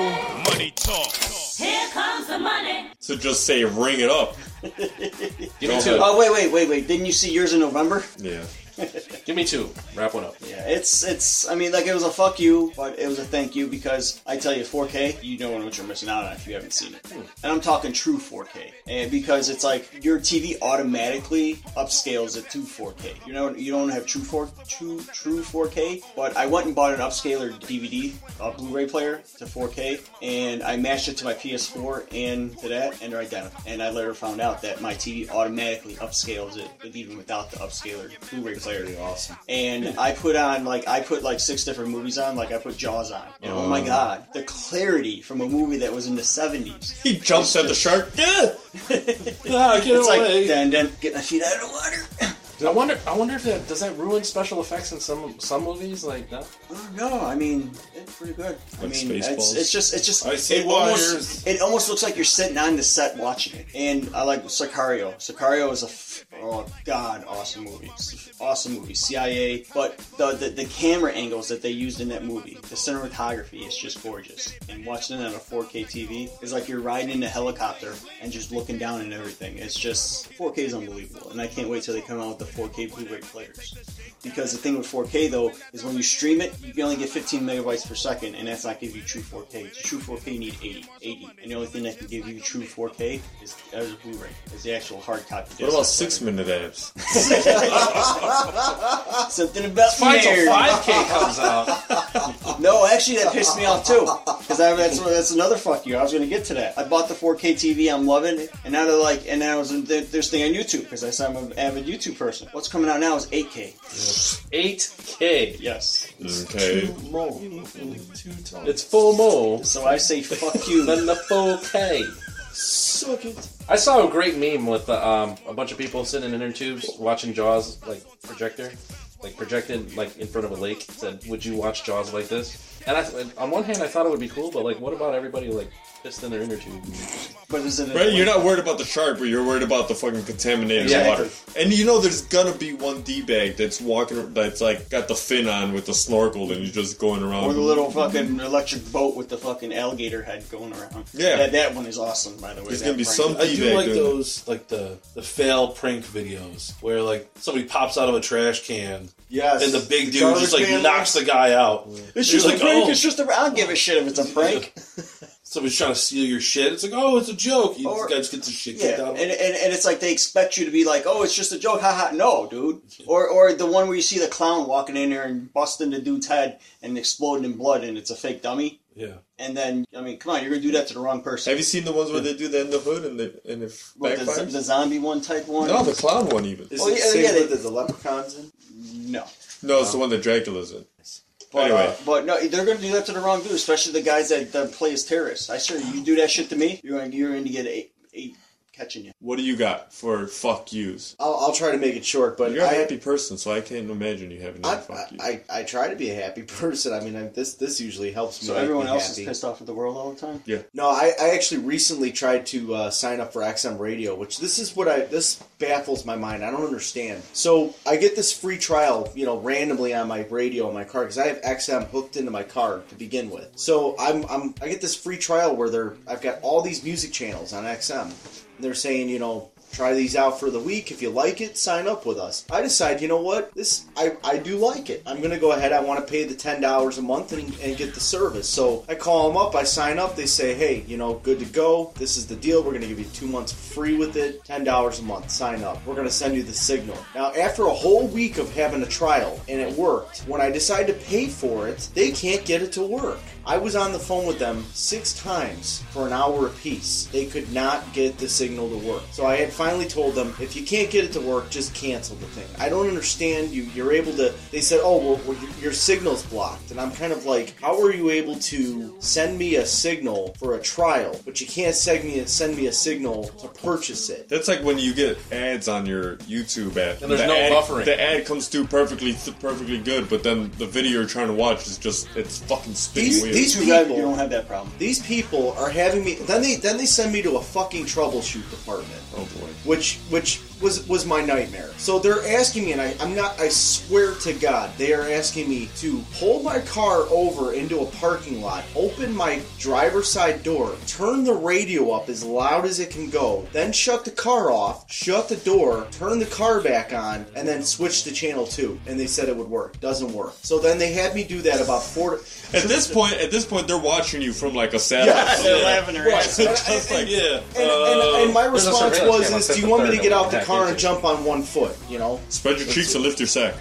H: Money talk.
J: Here comes the money.
B: So just say ring it up.
A: Give me
B: Go
A: two.
B: ahead.
C: Oh, wait, wait, wait, wait. Didn't you see yours in November?
B: Yeah.
A: Give me two. Wrap one up.
C: Yeah, it's, it's, I mean, like, it was a fuck you, but it was a thank you because I tell you, 4K, you don't know what you're missing out on if you haven't seen it. And I'm talking true 4K. And because it's like your TV automatically upscales it to 4K. You know, you don't have true 4 true true 4K, but I went and bought an upscaler DVD, uh, Blu-ray player to 4K, and I matched it to my PS4 and to that, and they're identical. And I later found out that my TV automatically upscales it, even without the upscaler Blu-ray player. awesome. And I put on like I put like six different movies on, like I put Jaws on, and oh my god, the clarity from a movie that was in the 70s
B: He jumps at the shark. Yeah.
A: Ah, get
C: it's
A: away.
C: like dun dun, get my feet out of the water.
A: I wonder. I wonder if that does that ruin special effects in some some movies like that.
C: Oh, no, I mean it's pretty good. I
B: Like
C: mean it's,
B: Spaceballs.
C: it's just it's just
B: I see
C: it
B: wires.
C: almost it almost looks like you're sitting on the set watching it. And I like Sicario. Sicario is a f- oh god awesome movie, It's an awesome movie. CIA, but the, the the camera angles that they used in that movie, the cinematography is just gorgeous. And watching it on a 4K TV is like you're riding in a helicopter and just looking down at everything. It's just 4K is unbelievable, and I can't wait till they come out with the 4K Blu-ray players. Because the thing with 4K though is when you stream it, you can only get 15 megabytes per second, and that's not give you true 4K. To True 4K you need 80, 80, and the only thing that can give you true 4K is as a Blu-ray, is the actual hard copy.
B: What about six minute abs?
C: Something about
A: Five till
C: marriage.
A: five K comes out.
C: No, actually, that pissed me off too. Because that's that's another fuck you. I was gonna get to that. I bought the 4K TV. I'm loving it, and now they're like, and now there's, there's thing on YouTube because I said I'm an avid YouTube person. What's coming out now is 8K.
A: Eight K.
C: Yes.
B: Okay.
A: Mo. It's full mo.
C: So I say fuck you.
A: Then the full K.
I: Suck it.
A: I saw a great meme with uh, um, a bunch of people sitting in inner tubes watching Jaws like projector, like projected like in front of a lake. Said, "Would you watch Jaws like this?" And I, on one hand, I thought it would be cool, but like, what about everybody like pissed in their inner tube?
C: But is it
B: Right? You're not worried about the shark, but you're worried about the fucking contaminated
A: Exactly.
B: water. And you know there's gonna be one D bag that's walking that's like got the fin on with the snorkel and you're just going around.
C: Or the little fucking electric boat with the fucking alligator head going around.
B: Yeah.
C: That, that one is awesome, by the way.
B: There's
C: that
B: gonna be
C: prank.
B: some-
F: I do
B: eBay
F: like
B: doing that.
F: those, like the the fail prank videos where like somebody pops out of a trash can
E: Yes.
F: and the big dude
E: Garbage
F: just like
E: man
F: knocks the guy out.
C: It's
F: You're
C: just a
F: like,
C: prank.
F: oh.
C: It's just a. I don't give a shit if it's a prank.
F: Somebody's trying to steal your shit. It's like, oh, it's a joke. You
C: Or-
F: guy just gets the shit
C: Yeah,
F: kicked out
C: and,
F: of him.
C: and, and it's like they expect you to be like, oh, it's just a joke, haha. No, dude. Or or the one where you see the clown walking in there and busting the dude's head and exploding in blood and it's a fake dummy.
F: Yeah.
C: And then, I mean, come on, you're gonna do that to the wrong person.
B: Have you seen the ones where they do that in the hood and, they, and if
C: What, the,
B: backfires?
C: the zombie one type one?
B: No, the clown one even.
C: Oh, yeah, yeah, they-
E: the leprechauns in?
C: no.
B: No, it's the one that Dracula's in.
C: But,
B: Anyway.
C: uh, but no, they're going to do that to the wrong dude, especially the guys that, that play as terrorists. I swear, you do that shit to me, you're going you're going to get eight, eight catching you.
B: What do you got for fuck yous?
E: I'll, I'll try to make it short, but
B: You're a
E: I,
B: happy person, so I can't imagine you having any
E: I,
B: fuck yous.
E: I, I try to be a happy person. I mean, I, this this usually helps me.
C: So
E: make
C: everyone
E: me
C: else
E: happy.
C: is pissed off at the world all the time.
B: yeah.
E: No, I, I actually recently tried to uh, sign up for XM Radio, which this is what I this baffles my mind. I don't understand. So I get this free trial, you know, randomly on my radio in my car because I have XM hooked into my car to begin with. So I'm, I'm I get this free trial where they're I've got all these music channels on XM. They're saying you know try these out for the week. If you like it, sign up with us. I decide, you know what? This I, I do like it. I'm gonna go ahead. I want to pay the ten dollars a month and, and get the service. So I call them up. I sign up. They say, hey, you know, good to go. This is the deal. We're gonna give you two months free with it. Ten dollars a month. Sign up. We're gonna send you the signal. Now, after a whole week of having a trial and it worked, when I decide to pay for it, they can't get it to work. I was on the phone with them six times for an hour apiece. They could not get the signal to work. So I had finally told them, if you can't get it to work, just cancel the thing. I don't understand you. You're able to. They said, oh, well, well, your- your signal's blocked. And I'm kind of like, how are you able to send me a signal for a trial, but you can't send me a, send me a signal to purchase it?
B: That's like when you get ads on your YouTube app.
A: And there's
B: the
A: no
B: ad,
A: buffering.
B: The ad comes through perfectly, perfectly good, but then the video you're trying to watch is just it's fucking spinning
E: These-
B: weird.
E: these-
C: Too bad
E: People-
C: you don't have that problem.
E: These people are having me. Then they then they send me to a fucking troubleshoot department.
B: oh boy.
E: which which was was my nightmare. So they're asking me, and I, I'm not. I swear to God, they are asking me to pull my car over into a parking lot, open my driver's side door, turn the radio up as loud as it can go, then shut the car off, shut the door, turn the car back on, and then switch to channel two. And they said it would work. Doesn't work. So then they had me do that about four.
B: At this point, at this point, they're watching you from like a satellite.
C: They're laughing their ass off.
B: just like yeah.
E: And, Uh, and, and my
A: there's a
E: response
A: surveillance
E: was,
A: camera
E: is,
A: set
E: "Do you
A: to
E: want me
A: third
E: to get
A: and
E: out the
A: back
E: car and
A: into-
E: jump on one foot?" You know.
B: Spread your cheeks and lift your sack.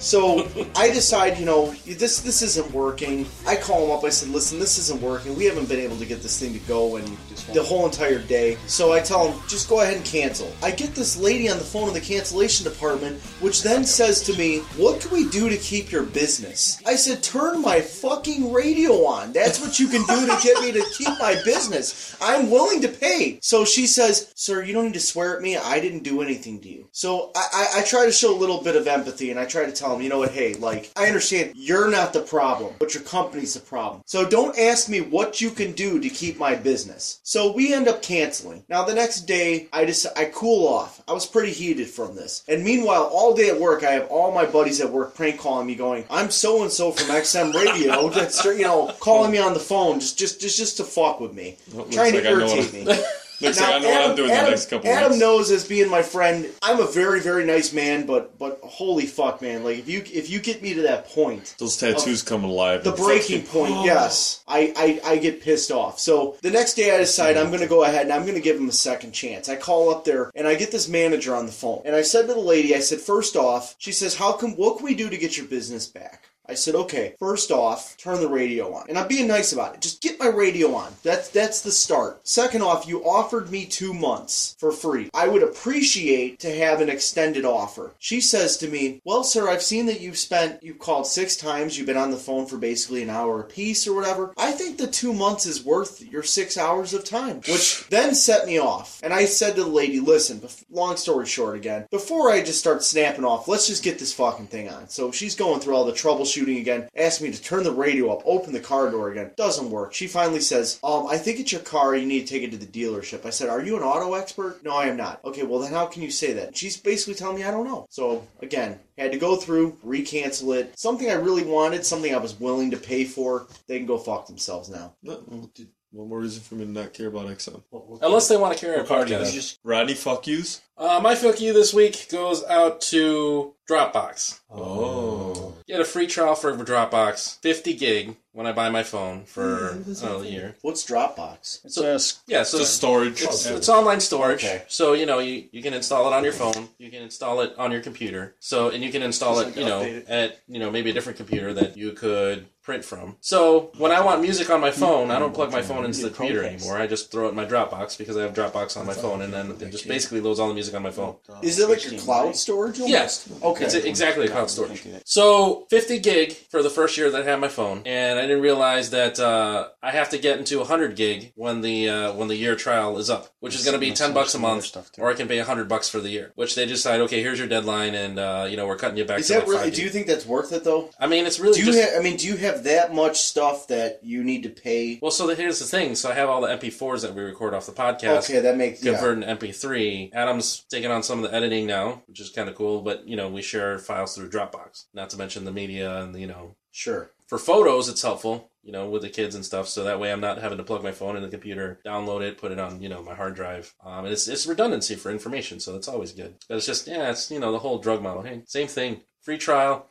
E: So I decide, you know, this this isn't working. I call him up. I said, listen, this isn't working. We haven't been able to get this thing to go in the whole entire day. So I tell him, just go ahead and cancel. I get this lady on the phone in the cancellation department, which then says to me, what can we do to keep your business? I said, turn my fucking radio on. That's what you can do to get me to keep my business. I'm willing to pay. So she says, sir, you don't need to swear at me. I didn't do anything to you. So I, I, I try to show a little bit of empathy and I try to tell him, you know what, hey, like, I understand you're not the problem, but your company's the problem. So don't ask me what you can do to keep my business. So we end up canceling. Now the next day, I just I cool off. I was pretty heated from this. And meanwhile, all day at work, I have all my buddies at work prank calling me, going, "I'm so and so from XM Radio," that's you know, calling me on the phone, just just just just to fuck with me,
B: Oh, looks
E: trying
B: like
E: to
B: I know what
E: irritate
B: I'm-
E: me.
B: Looks
E: Now,
B: like I know what I'm doing the next couple
E: Adam
B: weeks.
E: knows as being my friend, I'm a very, very nice man, but but holy fuck, man! Like if you if you get me to that point,
B: Those tattoos come alive.
E: the
B: and
E: breaking
B: fucking-
E: point, yes, I, I I get pissed off. So the next day, I decide I'm going to go ahead and I'm going to give him a second chance. I call up there and I get this manager on the phone, and I said to the lady, I said, first off, she says, how come? What can we do to get your business back? I said, okay, first off, turn the radio on. And I'm being nice about it. Just get my radio on. That's that's the start. Second off, you offered me two months for free. I would appreciate to have an extended offer. She says to me, Well, sir, I've seen that you've spent you've called six times, you've been on the phone for basically an hour apiece or whatever. I think the two months is worth your six hours of time. Which then set me off. And I said to the lady, listen, bef- long story short again, before I just start snapping off, let's just get this fucking thing on. So she's going through all the troubleshooting again, asked me to turn the radio up, open the car door again. Doesn't work. She finally says, um, I think it's your car. You need to take it to the dealership. I said, are you an auto expert? No, I am not. Okay, well then how can you say that? She's basically telling me I don't know. So again, had to go through, recancel it. Something I really wanted, something I was willing to pay for. They can go fuck themselves now.
B: No, One more reason for me to not care about XM.
A: Unless they want to carry a party.
F: podcast?
A: Just-
B: Rodney, fuck yous.
A: Uh, my fuck you this week goes out to Dropbox.
B: Oh.
A: Get a free trial for Dropbox, 50 gig when I buy my phone for I don't know, a year.
C: What's Dropbox? It's a-
A: Yeah, so
B: Just storage.
A: It's, it's online storage.
C: Okay.
A: So you know you, you can install it on your phone. You can install it on your computer. So and you can install
C: Just,
A: it
C: like,
A: you know
C: update it.
A: at you know maybe a different computer that you could print from. So when I want music on my phone, I don't plug my phone into the computer anymore. I just throw it in my Dropbox because I have Dropbox on my phone, and then it just basically loads all the music on my phone.
E: Is it like your cloud storage?
A: Uh, Yes.
E: Okay.
A: It's exactly a cloud storage. So 50 gig for the first year that I had my phone, and I didn't realize that uh, I have to get into 100 gig when the uh, when the year trial is up, which is going to be 10 bucks a month, or I can pay 100 bucks for the year. Which they decide, okay, here's your deadline, and uh, you know we're cutting you back.
E: Is
A: to
E: that
A: like
E: really?
A: five
E: Do you
A: gig.
E: think that's worth it though?
A: I mean, it's really
E: Do you?
A: just.
E: ha- I mean, do you have that much stuff that you need to pay?
A: well, so the, here's the thing. So I have all the MP4s that we record off the podcast.
E: Okay, that makes yeah.
A: Converting MP3. Adam's taking on some of the editing now, which is kind of cool. But you know, we share files through Dropbox. Not to mention the media and you know
E: Sure.
A: for photos it's helpful you know with the kids and stuff so that way i'm not having to plug my phone in the computer download it put it on you know my hard drive um, and it's, it's redundancy for information so that's always good but it's just yeah it's you know the whole drug model hey same thing free trial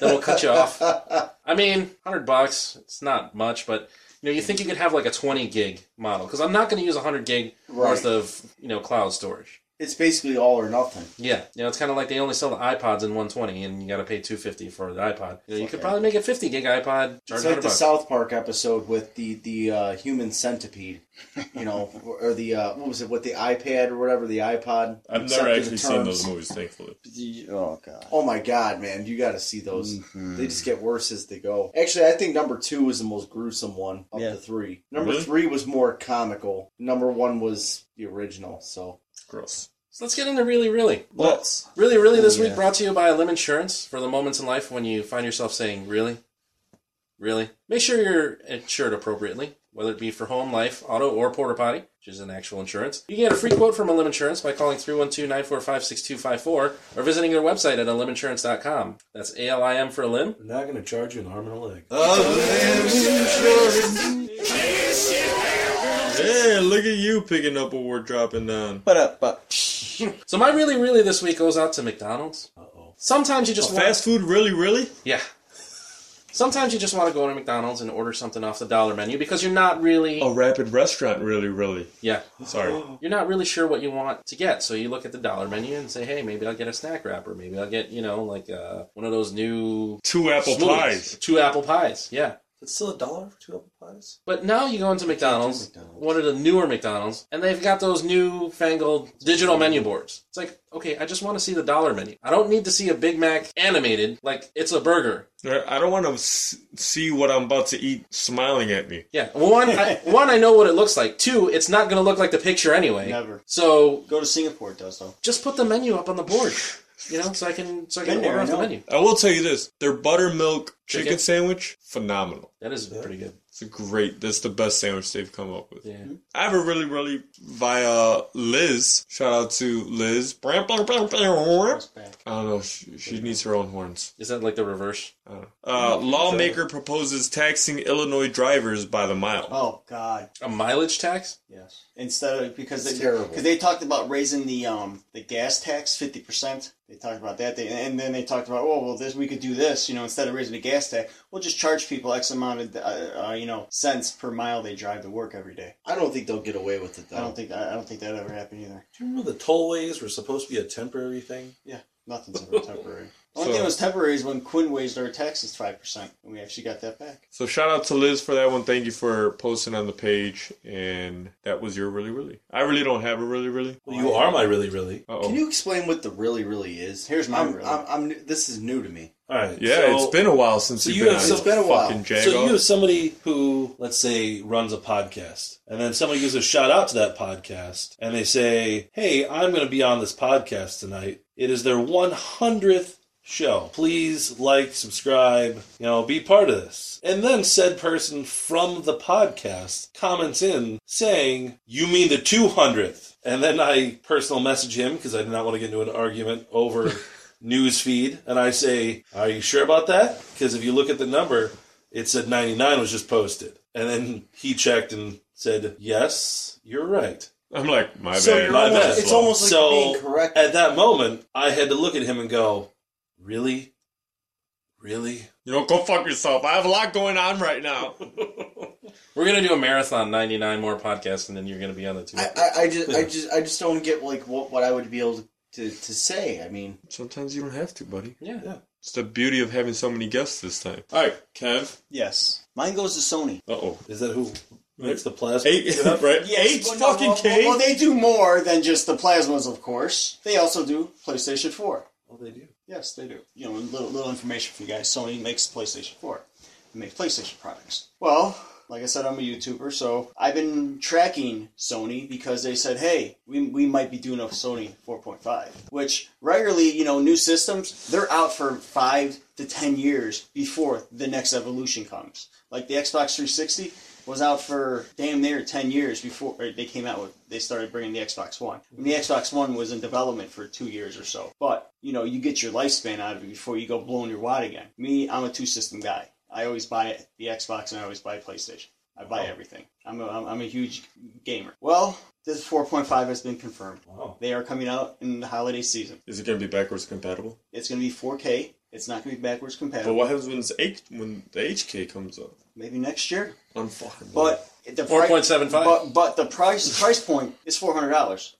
A: then we'll cut you off i mean 100 bucks it's not much but you know you think you could have like a 20 gig model because i'm not going to use 100 gig worth
E: Right.
A: of you know cloud storage
E: It's basically all or nothing.
A: yeah, you know, it's kind of like they only sell the iPods in 120, and you got to pay 250 for the iPod. You, know, you could probably make a 50 gig iPod. charge
E: It's
A: 100
E: like the
A: bucks.
E: South Park episode with the the uh, human centipede, you know, or, or the uh, what was it with the iPad or whatever the iPod.
B: I've never
E: Except for the
B: actually seen
E: terms.
B: those movies, thankfully.
C: Oh god.
E: Oh my god, man, you got to see those. They just get worse as they go. Actually, I think number two was the most gruesome one of
C: Yeah.
E: the three. Number
B: Really?
E: three was more comical. Number one was the original. So
B: Gross.
A: So let's get into really, really.
B: Let's.
A: Really, really this
C: Yeah.
A: week brought to you by Lim Insurance for the moments in life when you find yourself saying, really? Really? Make sure you're insured appropriately, whether it be for home, life, auto, or porta potty, which is an actual insurance. You can get a free quote from Lim Insurance by calling 312 945 6254 or visiting their website at aliminsurance.com. That's A L I M for a limb.
F: They're not going to charge you an arm and a leg.
B: Yeah, look at you picking up what we're dropping down.
C: But uh, but
A: So my really, really this week goes out to McDonald's. Sometimes you just want
B: Oh, Fast food, really, really?
A: Yeah. Sometimes you just want to go to McDonald's and order something off the dollar menu because you're not really
B: A rapid restaurant, really, really.
A: yeah
B: Sorry.
A: you're not really sure what you want to get so you look at the dollar menu and say hey maybe I'll get a snack wrap or maybe I'll get you know like uh, one of those new
B: Two apple
A: smoothies.
B: pies.
A: two apple pies yeah
F: It's still a dollar for two apple pies?
A: but now you go into McDonald's,
E: McDonald's.
A: one of the newer McDonald's, and they've got those new fangled digital menu boards. It's like, okay, I just want to see the dollar menu. I don't need to see a Big Mac animated like it's a burger.
B: I don't want to s- see what I'm about to eat smiling at me.
A: Yeah. Well, one, I, one, I know what it looks like. Two, it's not going to look like the picture anyway.
C: Never.
A: So
C: go to Singapore. It does though.
A: just put the menu up on the board. You know, so I can so I can
C: Been there,
A: order
C: I
A: off the
C: know.
A: menu.
B: I will tell you this their buttermilk chicken,
A: Chicken?
B: sandwich, phenomenal.
A: That is pretty good.
B: It's a great, that's the best sandwich they've come up with.
A: Yeah.
B: I have a really, really via Liz. Shout out to Liz. I don't know. She, she needs her own horns.
A: Is that like the reverse?
B: I don't know. Uh, lawmaker proposes taxing Illinois drivers by the
F: Uh,
B: mile.
C: Oh god.
A: A mileage tax?
C: Yes. Instead of because
E: It's
C: they,
E: terrible.
C: Because they talked about raising the um the gas tax fifty percent. They talked about that. They, and then they talked about oh well this we could do this you know instead of raising the gas tax we'll just charge people x amount of uh, uh, you know cents per mile they drive to work every day.
E: I don't think they'll get away with it though.
C: I don't think I, I don't think that ever happened either.
F: Do you remember the tollways were supposed to be a temporary thing?
C: Nothing's ever temporary. The
B: So-
C: only thing that was temporary is when Quinn raised our taxes five percent, and we actually got that back.
B: So shout out to Liz for that one. Thank you for posting on the page. And that was your really, really. I really don't have a really, really.
F: Well, you are my really, really.
B: Uh
E: Can
B: oh.
E: you explain what the really really is?
C: Here's my
E: I'm,
C: really.
E: I'm, I'm, this is new to me.
F: All right.
B: Yeah,
F: so-
B: it's been a while since
F: so
B: you've
F: you
B: been
F: have-
B: on
F: so
B: this
F: it's been
E: a while.
B: fucking
F: So you
B: Jago.
F: have somebody who, let's say, runs a podcast, and then somebody gives a shout out to that podcast, and they say, "Hey, I'm going to be on this podcast tonight. It is their 100th show. Please like, subscribe, you know, be part of this." And then said person from the podcast comments in saying, "You mean the 200th?" And then I personal message him because I did not want to get into an argument over. news feed and I say, Are you sure about that? Because if you look at the number, it said 99 was just posted. And then he checked and said, Yes, you're right.
B: I'm like, my
E: So
B: bad.
E: you're
B: my
F: almost-
B: bad.
E: it's almost like
F: so
E: you're being corrected.
F: at that moment, I had to look at him and go, Really? Really?
B: You know, go fuck yourself. I have a lot going on right now.
A: We're gonna do a marathon, ninety nine more podcasts, and then you're gonna be on the two.
C: I, I, I just, I just, I just don't get like what, what I would be able to, to say. I mean,
B: Sometimes you don't have to, buddy.
A: yeah.
B: It's the beauty of having so many guests this time. All right, Kev.
C: yes, mine goes to Sony.
B: Uh oh.
F: Is that who makes the plasma?
B: Eight, right? Eight
C: well, no,
B: fucking
C: well, well,
B: K.
C: Well, they do more than just the plasmas, of course. They also do PlayStation Four.
F: Oh, they do.
C: Yes, they do. You know, little, little information for you guys. Sony makes PlayStation 4. They make PlayStation products. Well, like I said, I'm a YouTuber, so I've been tracking Sony because they said, hey, we, we might be doing a Sony 4.5, which regularly, you know, new systems, they're out for five to 10 years before the next evolution comes. Like the Xbox 360 was out for damn near 10 years before or they came out with they started bringing the xbox one I mean, the xbox one was in development for two years or so but you know you get your lifespan out of it before you go blowing your wad again me i'm a two system guy i always buy the xbox and i always buy playstation i buy
B: Oh.
C: everything I'm a, I'm I'm a huge gamer well this 4.5 has been confirmed
F: Wow.
C: they are coming out in the holiday season
B: Is it going to be backwards compatible?
C: it's going to be 4k it's not going to be backwards
B: But
C: compatible
B: what happens when, it's eight, when the HK comes up?
C: maybe next year
B: I'm fucking
C: But the pri-
A: 4.75.
C: But but the price price point is four hundred dollars.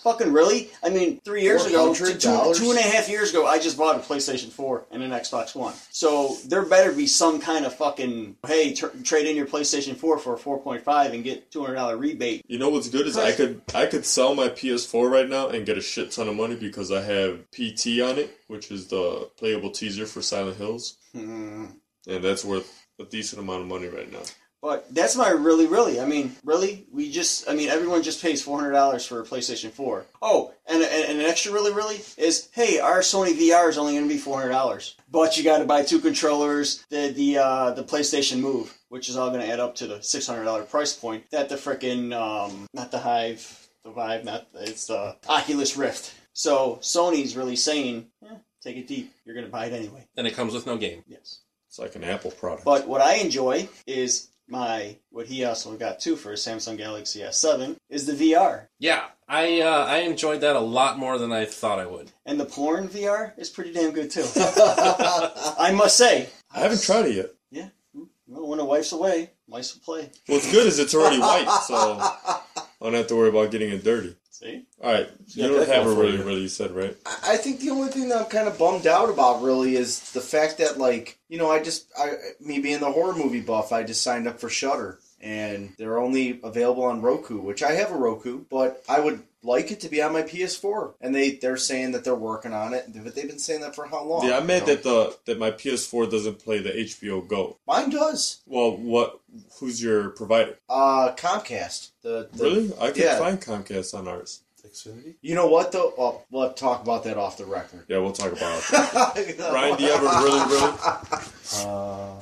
C: Fucking really? I mean, three years ago, two, two,
E: $400?
C: two and a half years ago, I just bought a PlayStation 4 and an Xbox One. So there better be some kind of fucking hey, tr- trade in your PlayStation 4 for a 4.5 and get $200 rebate.
B: You know what's good is I could I could sell my PS4 right now and get a shit ton of money because I have PT on it, which is the playable teaser for Silent Hills,
C: Hmm.
B: and that's worth a decent amount of money right now.
C: But that's my really, really. I mean, really, we just. I mean, everyone just pays four hundred dollars for a PlayStation Four. Oh, and, and and an extra really, really is hey, our Sony VR is only going to be four hundred dollars, but you got to buy two controllers, the the uh, the PlayStation Move, which is all going to add up to the six hundred dollar price point that the frickin' um, not the Hive, the Vive, not it's the Oculus Rift. So Sony's really saying, eh, take it deep. You're going to buy it anyway.
A: And it comes with no game.
C: Yes.
B: It's like an Apple product.
C: But what I enjoy is my what he also got too for his Samsung Galaxy S7 is the VR.
A: Yeah, I uh, I enjoyed that a lot more than I thought I would.
C: And the porn VR is pretty damn good too. I must say.
B: I haven't tried it yet.
C: Well, when a wife's away, mice will play.
B: What's good is it's already white, so I don't have to worry about getting it dirty.
C: See?
B: All right, you
F: Yeah,
B: don't
F: that's
B: have a
F: all for
B: really
F: you.
B: really said right.
E: I- I think the only thing that I'm kind of bummed out about really is the fact that like you know I just I me being the horror movie buff I just signed up for Shutter and they're only available on Roku which I have a Roku but I would like it to be on my PS4 and they they're saying that they're working on it but they've been saying that for how long?
B: Yeah, I'm mad
E: you know?
B: that the that my PS4 doesn't play the HBO Go.
E: mine does.
B: Well, what? Who's your provider?
E: Uh, Comcast. The, the
B: Really? I can
E: yeah.
B: find Comcast on ours.
F: Xfinity?
E: You know what though? Well, we'll talk about that off the record.
B: Yeah, we'll talk about it. Ryan, do you have a really really?
F: Uh,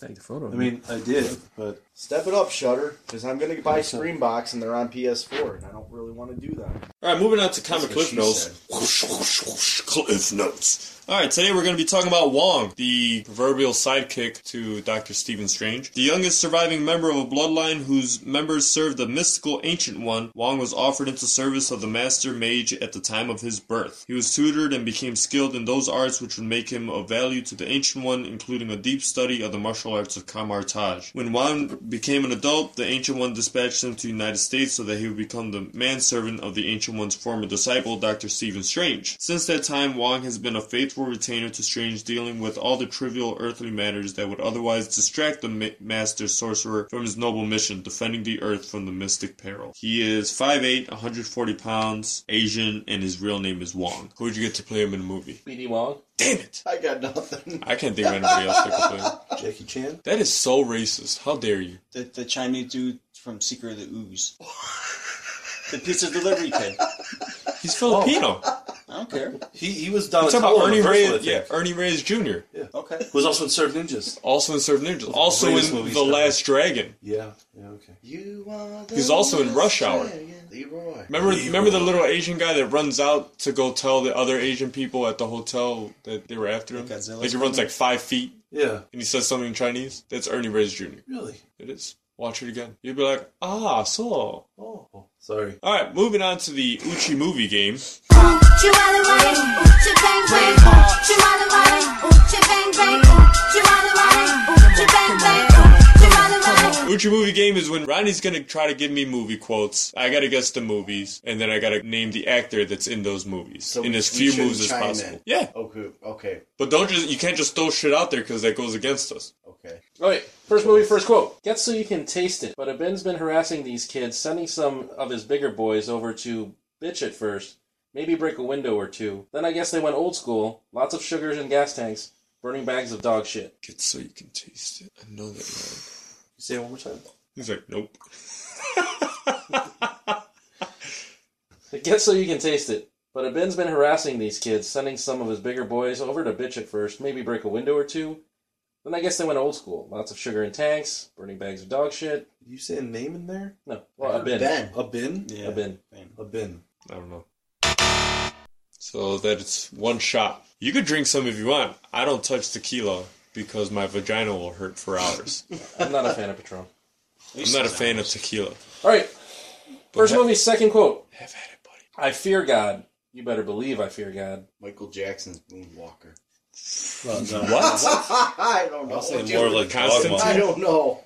A: Take the photo.
F: I mean, I did, but
E: Step it up, Shutter, because I'm gonna buy Screenbox and they're on PS4, and I don't really want to do that.
B: All right, moving on to comic
E: That's
B: cliff
E: what she
B: notes. Whoosh, whoosh, whoosh, cliff notes. All right, today we're going to be talking about Wong, the proverbial sidekick to Doctor Stephen Strange, the youngest surviving member of a bloodline whose members served the mystical Ancient One. Wong was offered into service of the Master Mage at the time of his birth. He was tutored and became skilled in those arts which would make him of value to the Ancient One, including a deep study of the martial arts of Kamar Taj. When Wong became an adult, the Ancient One dispatched him to the United States so that he would become the manservant of the Ancient One's former disciple, Dr. Stephen Strange. Since that time, Wong has been a faithful retainer to Strange, dealing with all the trivial earthly matters that would otherwise distract the ma- Master Sorcerer from his noble mission, defending the Earth from the mystic peril. He is 5'8", 140 pounds, Asian, and his real name is Wong. Who would you get to play him in the movie?
A: BD Wong.
B: Damn it!
E: I got nothing.
B: I can't think of anybody else that could play him.
F: Jackie Chan?
B: That is so racist. How dare you?
C: The the Chinese dude from Secret of the Ooze. the pizza delivery kid.
B: He's Filipino.
C: I don't care.
F: He he was
B: I'm talking
F: Donatello
B: about
F: in
B: Oh. Ernie
F: the first one, I
B: Reyes.
F: think.
B: Yeah, Ernie Reyes Jr.
C: Okay.
F: Who was also in Serve Ninjas.
B: Also in Serve Ninjas. Also
F: greatest
B: in
F: movies
B: The
F: ever.
B: Last Dragon.
F: Yeah, yeah, okay.
E: You are the
B: He's also in Rush Hour.
E: Australian Leroy.
B: Remember, remember the little Asian guy that runs out to go tell the other Asian people at the hotel that they were after him.
C: Godzilla's
B: Like he runs like five feet
F: Yeah,
B: and he says something in Chinese. That's Ernie Reyes Jr.
F: really?
B: It is. Watch it again. You'd be like, ah, so.
F: Oh, sorry.
B: All right, moving on to the Uchi movie game.
K: Chihuahua, ooh, chibang bang, ooh, chihuahua, ooh, chibang bang, ooh, chihuahua, ooh, chibang bang, ooh, chihuahua.
B: What your movie game is when Ronnie's gonna try to give me movie quotes. I gotta guess the movies, and then I gotta name the actor that's in those movies in
C: we-
B: as
C: we
B: few
C: shouldn't
B: moves as
C: chime in.
B: possible. Yeah,
C: Okay. Okay.
B: but don't just you can't just throw shit out there because that goes against us.
C: Okay.
A: All right, Oh, first movie, first quote. Get so you can taste it. But Abin's been harassing these kids, sending some of his bigger boys over to bitch at first, maybe break a window or two. Then I guess they went old school. Lots of sugars and gas tanks, burning bags of dog shit.
B: Get so you can taste it. I know that. Line.
A: Say it one more time.
B: He's like, nope.
A: Get so you can taste it. But Abin's been harassing these kids, sending some of his bigger boys over to bitch at first, maybe break a window or two. Then I guess they went old school. Lots of sugar in tanks, burning bags of dog shit.
I: You say a name in there?
A: No, well, Abin.
C: Ben.
I: A bin?
C: Yeah.
A: Yeah. Abin.
I: A bin.
B: I don't know. So that it's one shot. You could drink some if you want. I don't touch tequila because my vagina will hurt for hours.
A: I'm not a fan of Patron.
B: I'm not a fan of tequila.
A: All right. First
B: that-
A: movie, second quote. I fear God. You better believe I fear God.
C: Michael Jackson's Moonwalker.
B: What?
E: I don't know.
F: I'll say
E: what
F: more
E: you-
F: like
B: Constantine?
E: I don't know.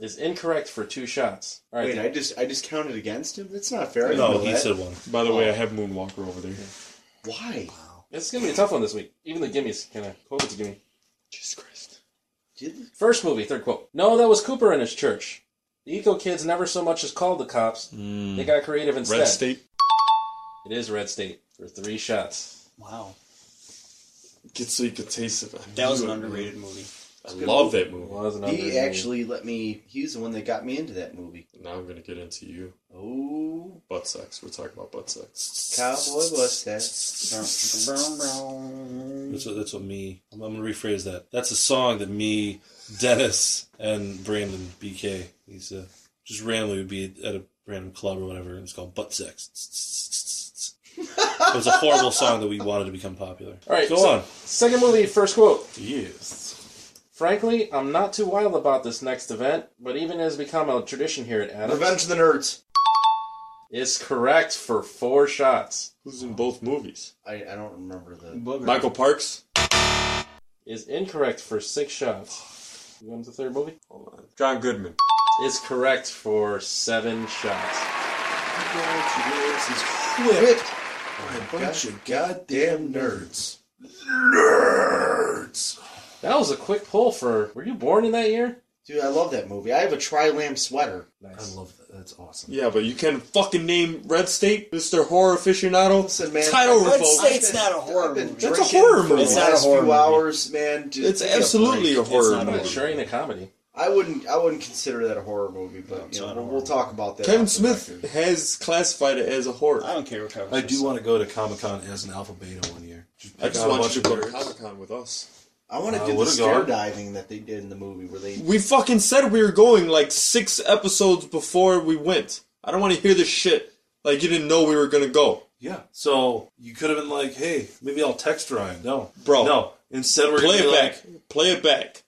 A: Is incorrect for two shots. All right.
C: Wait, I just I just counted against him. That's not fair. I didn't
F: No,
C: know
F: he
C: that.
F: said one.
B: By the way, I have Moonwalker over there.
C: why?
A: it's going to be a tough one this week. Even the gimmies kind of quote to gimme.
B: Jesus Christ.
C: Did
A: First movie, third quote. No, that was Cooper and his church. The eco kids never so much as called the cops. They got creative instead.
B: Hmm. Red State.
A: It is Red State for three shots.
C: wow,
B: Get so you could taste it. I
C: that was
B: knew
C: an
B: it,
C: underrated movie.
B: man. I love that movie.
A: Well, that was an underrated
C: He
A: movie.
C: actually let me. He's the one that got me into that movie.
B: Now I'm gonna get into you.
C: Oh,
B: Butt sex. We're talking about butt sex.
C: cowboy was that?
F: That's what, that's what me. I'm, I'm gonna rephrase that. That's a song that me, Dennis, and Brandon BK. He's uh, just randomly would be at a random club or whatever. and It's called Butt Sex. it was a horrible song that we wanted to become popular.
A: All right,
F: go
A: so-
F: on.
A: Second movie, first quote.
I: Yes.
A: Frankly, I'm not too wild about this next event, but even has become a tradition here at Adams.
E: Revenge of the Nerds.
A: is correct for four shots.
B: Who's in both movies?
C: I, I don't remember the.
B: Michael Parks.
A: Is incorrect for six shots. You want the third movie?
B: John Goodman.
A: Is correct for seven shots.
I: Quit.
B: Oh
I: A bunch of goddamn nerds. Nerds.
A: That was a quick pull for. Were you born in that year?
C: Dude, I love that movie. I have a tri lamb sweater.
A: Nice.
I: love that. That's awesome.
B: Yeah, but you can fucking name Red State, Mr. Horror Aficionado.
E: Listen, man,
B: Title
E: Red
B: folks.
E: State-
D: It's not a horror movie.
B: That's a horror movie.
E: It's
C: It's not a
E: few
C: horror movie.
E: hours, man. Just
B: It's
E: give me a
B: absolutely
E: break.
B: a horror
D: not a
A: I'm
B: movie.
A: ensuring a comedy.
E: I wouldn't. I wouldn't consider that a horror movie, but you know, we'll, we'll talk about that.
B: Kevin
E: off the
B: Smith
E: record.
B: has classified it as a horror.
D: I don't care what Kevin
I: I
D: says.
I: do want to go to Comic Con as an alpha beta one year.
B: I just
I: got a
B: want
I: bunch
B: you to go
I: of
B: to
I: nerds.
B: Comic Con with us.
C: I want
I: I
C: to do the
I: would've
C: scare
I: gone.
C: diving that they did in the movie where they.
B: We fucking said we were going like six episodes before we went. I don't want to hear this shit. Like you didn't know we were gonna go.
I: Yeah. So you could have been like, "Hey, maybe I'll text Ryan." No,
B: Bro.
I: No. Instead, we're gonna
B: Play it
I: be like,
B: back. Play it back.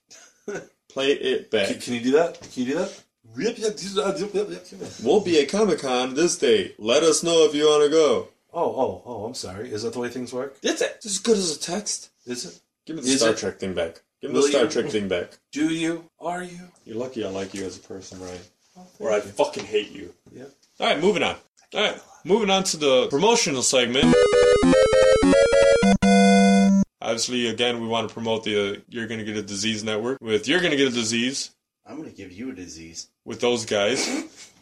B: Play it
I: Can,
B: back.
I: can you do that? Can you do that? Yep, yep, yep, yep, yep, yep, yep.
B: We'll be at Comic Con this day. Let us know if you want to go.
I: Oh, oh, oh! I'm sorry. Is that the way things work?
B: That's it. It's as good as a text.
I: Is it?
B: Give me the
I: Is
B: Star
I: it?
B: Trek thing back. Give me
I: Will
B: the Star
I: you?
B: Trek thing back.
I: Do you? Are you?
B: You're lucky I like you as a person, Ryan. Or I'd fucking hate you.
I: Yeah.
B: All right, moving on. All right, moving on to the promotional segment. Obviously, again, we want to promote the uh, You're Gonna Get a Disease Network with You're Gonna Get a Disease
C: I'm going to give you a disease.
B: with those guys.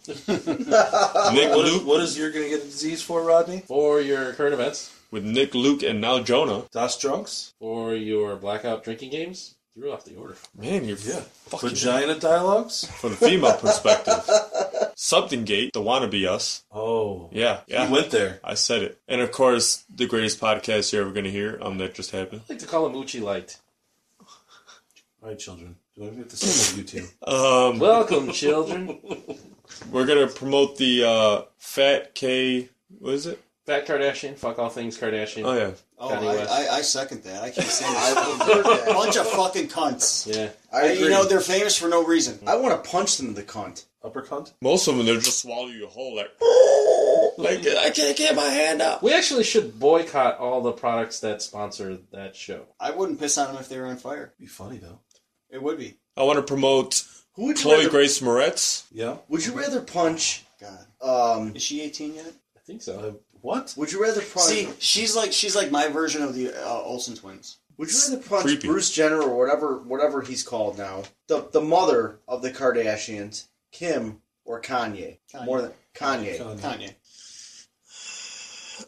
B: Nick
I: What is,
B: Luke
I: what is you're gonna get a disease for, Rodney?
A: For your current events,
B: with Nick Luke and now Jonah.
I: Das drunks?
A: for your blackout drinking games, threw off the order.
B: Man, you're
I: Yeah.
B: fucking
I: Vagina dialogues?
B: from the female perspective. Something Gate, the wannabe us.
I: Oh,
B: Yeah, yeah.
I: He went there.
B: I said it. And of course, the greatest podcast you're ever gonna hear. Um, that just happened.
A: I like to call him Uchi Light.
I: All right, children. Do I get the same with you two?
B: Um,
A: Welcome, children.
B: We're gonna promote the uh, Fat K. What is it?
A: Fat Kardashian, fuck all things Kardashian.
B: Oh yeah,
D: Oh,
A: Kanye West.
D: I, I, I second that. I can't stand
E: I've
D: that.
E: heard that.
D: bunch of fucking cunts.
A: Yeah.
E: I agree.
D: You know they're famous for no reason.
C: I want to punch them in the cunt.
I: Upper cunt?
B: most of them they'll just swallow you whole. Like Like I can't get my hand up.
A: We actually should boycott all the products that sponsor that show.
C: I wouldn't piss on them if they were on fire.
F: Be funny though.
C: It would be.
B: I want to promote
C: Who would you
B: Chloe
C: rather-
B: Grace Moretz.
F: Yeah.
E: Would you rather punch?
C: God.
E: Um,
C: Is she 18 yet?
A: I think so.
F: uh, What?
E: would you rather punch?
C: See, she's like she's like my version of the uh, Olsen twins.
E: would you rather punch
B: creepy.
E: Bruce Jenner or whatever whatever he's called now, the the mother of the Kardashians, Kim or Kanye?
C: Kanye.
E: More than Kanye.
C: Kanye.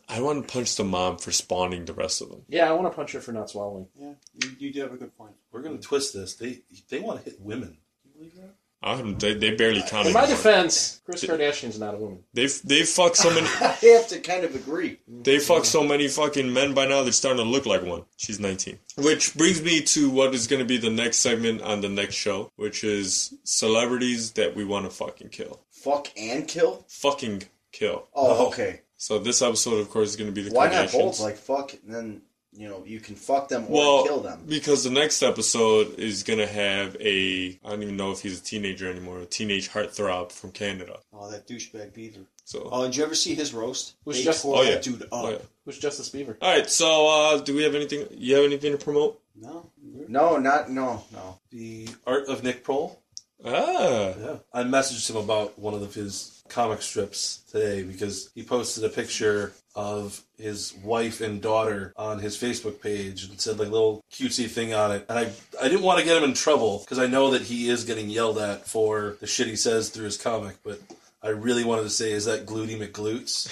B: I want to punch the mom for spawning the rest of them.
A: Yeah, I want to punch her for not swallowing.
C: Yeah, you, you do have a good point.
F: We're gonna twist this. They they want to hit women. Can you believe that?
B: I don't, they, they barely count
A: In my
B: anymore.
A: defense, Chris Kardashian's not a woman.
B: They they fuck so many.
E: I have to kind of agree.
B: They fuck so many fucking men by now, they're starting to look like one. She's 19. Which brings me to what is going to be the next segment on the next show, which is celebrities that we want to fucking kill.
E: Fuck and kill.
B: Fucking kill.
E: Oh, okay.
B: So this episode, of course, is going to be the
E: Why not
B: Kardashians.
E: both? Like fuck, and then you know you can fuck them or
B: well,
E: kill them.
B: because the next episode is going to have a, I don't even know if he's a teenager anymore, a teenage heartthrob from Canada.
C: Oh, that douchebag Beaver.
B: So,
C: Oh, did you ever see his roast?
A: Was
C: they
A: just-
C: tore
B: oh,
C: that
B: yeah.
C: dude up.
B: oh, yeah.
A: Who's Justice Bieber?
B: All right, so uh, do we have anything, you have anything to promote?
C: No, we're-
E: No, not no, no.
F: The art of Nick Prole.
B: Ah,
F: Yeah. I messaged him about one of his comic strips today because he posted a picture of his wife and daughter on his Facebook page and said like little cutesy thing on it. And I I didn't want to get him in trouble because I know that he is getting yelled at for the shit he says through his comic, but I really wanted to say, is that Glutey McGlutes?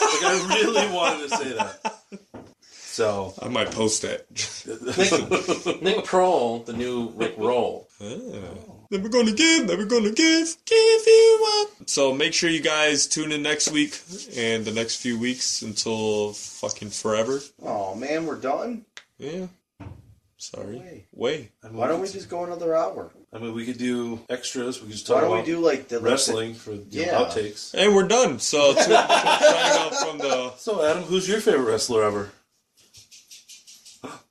F: like, I really wanted to say that. So,
B: I might post that.
A: Nick Kroll, the new Rick Roll.
B: Then we're gonna give, then we're gonna give, give you up. So make sure you guys tune in next week and the next few weeks until fucking forever.
E: Oh man, we're done.
B: Yeah. Sorry.
E: Way.
B: Way.
F: I mean,
E: Why don't we just go another hour?
F: I mean, we could do extras. We could just talk
E: Why don't we
F: about
E: do like the
F: wrestling for you know,
E: Yeah.
F: outtakes.
B: And we're done. So to, signing off from the
F: So, Adam, who's your favorite wrestler ever?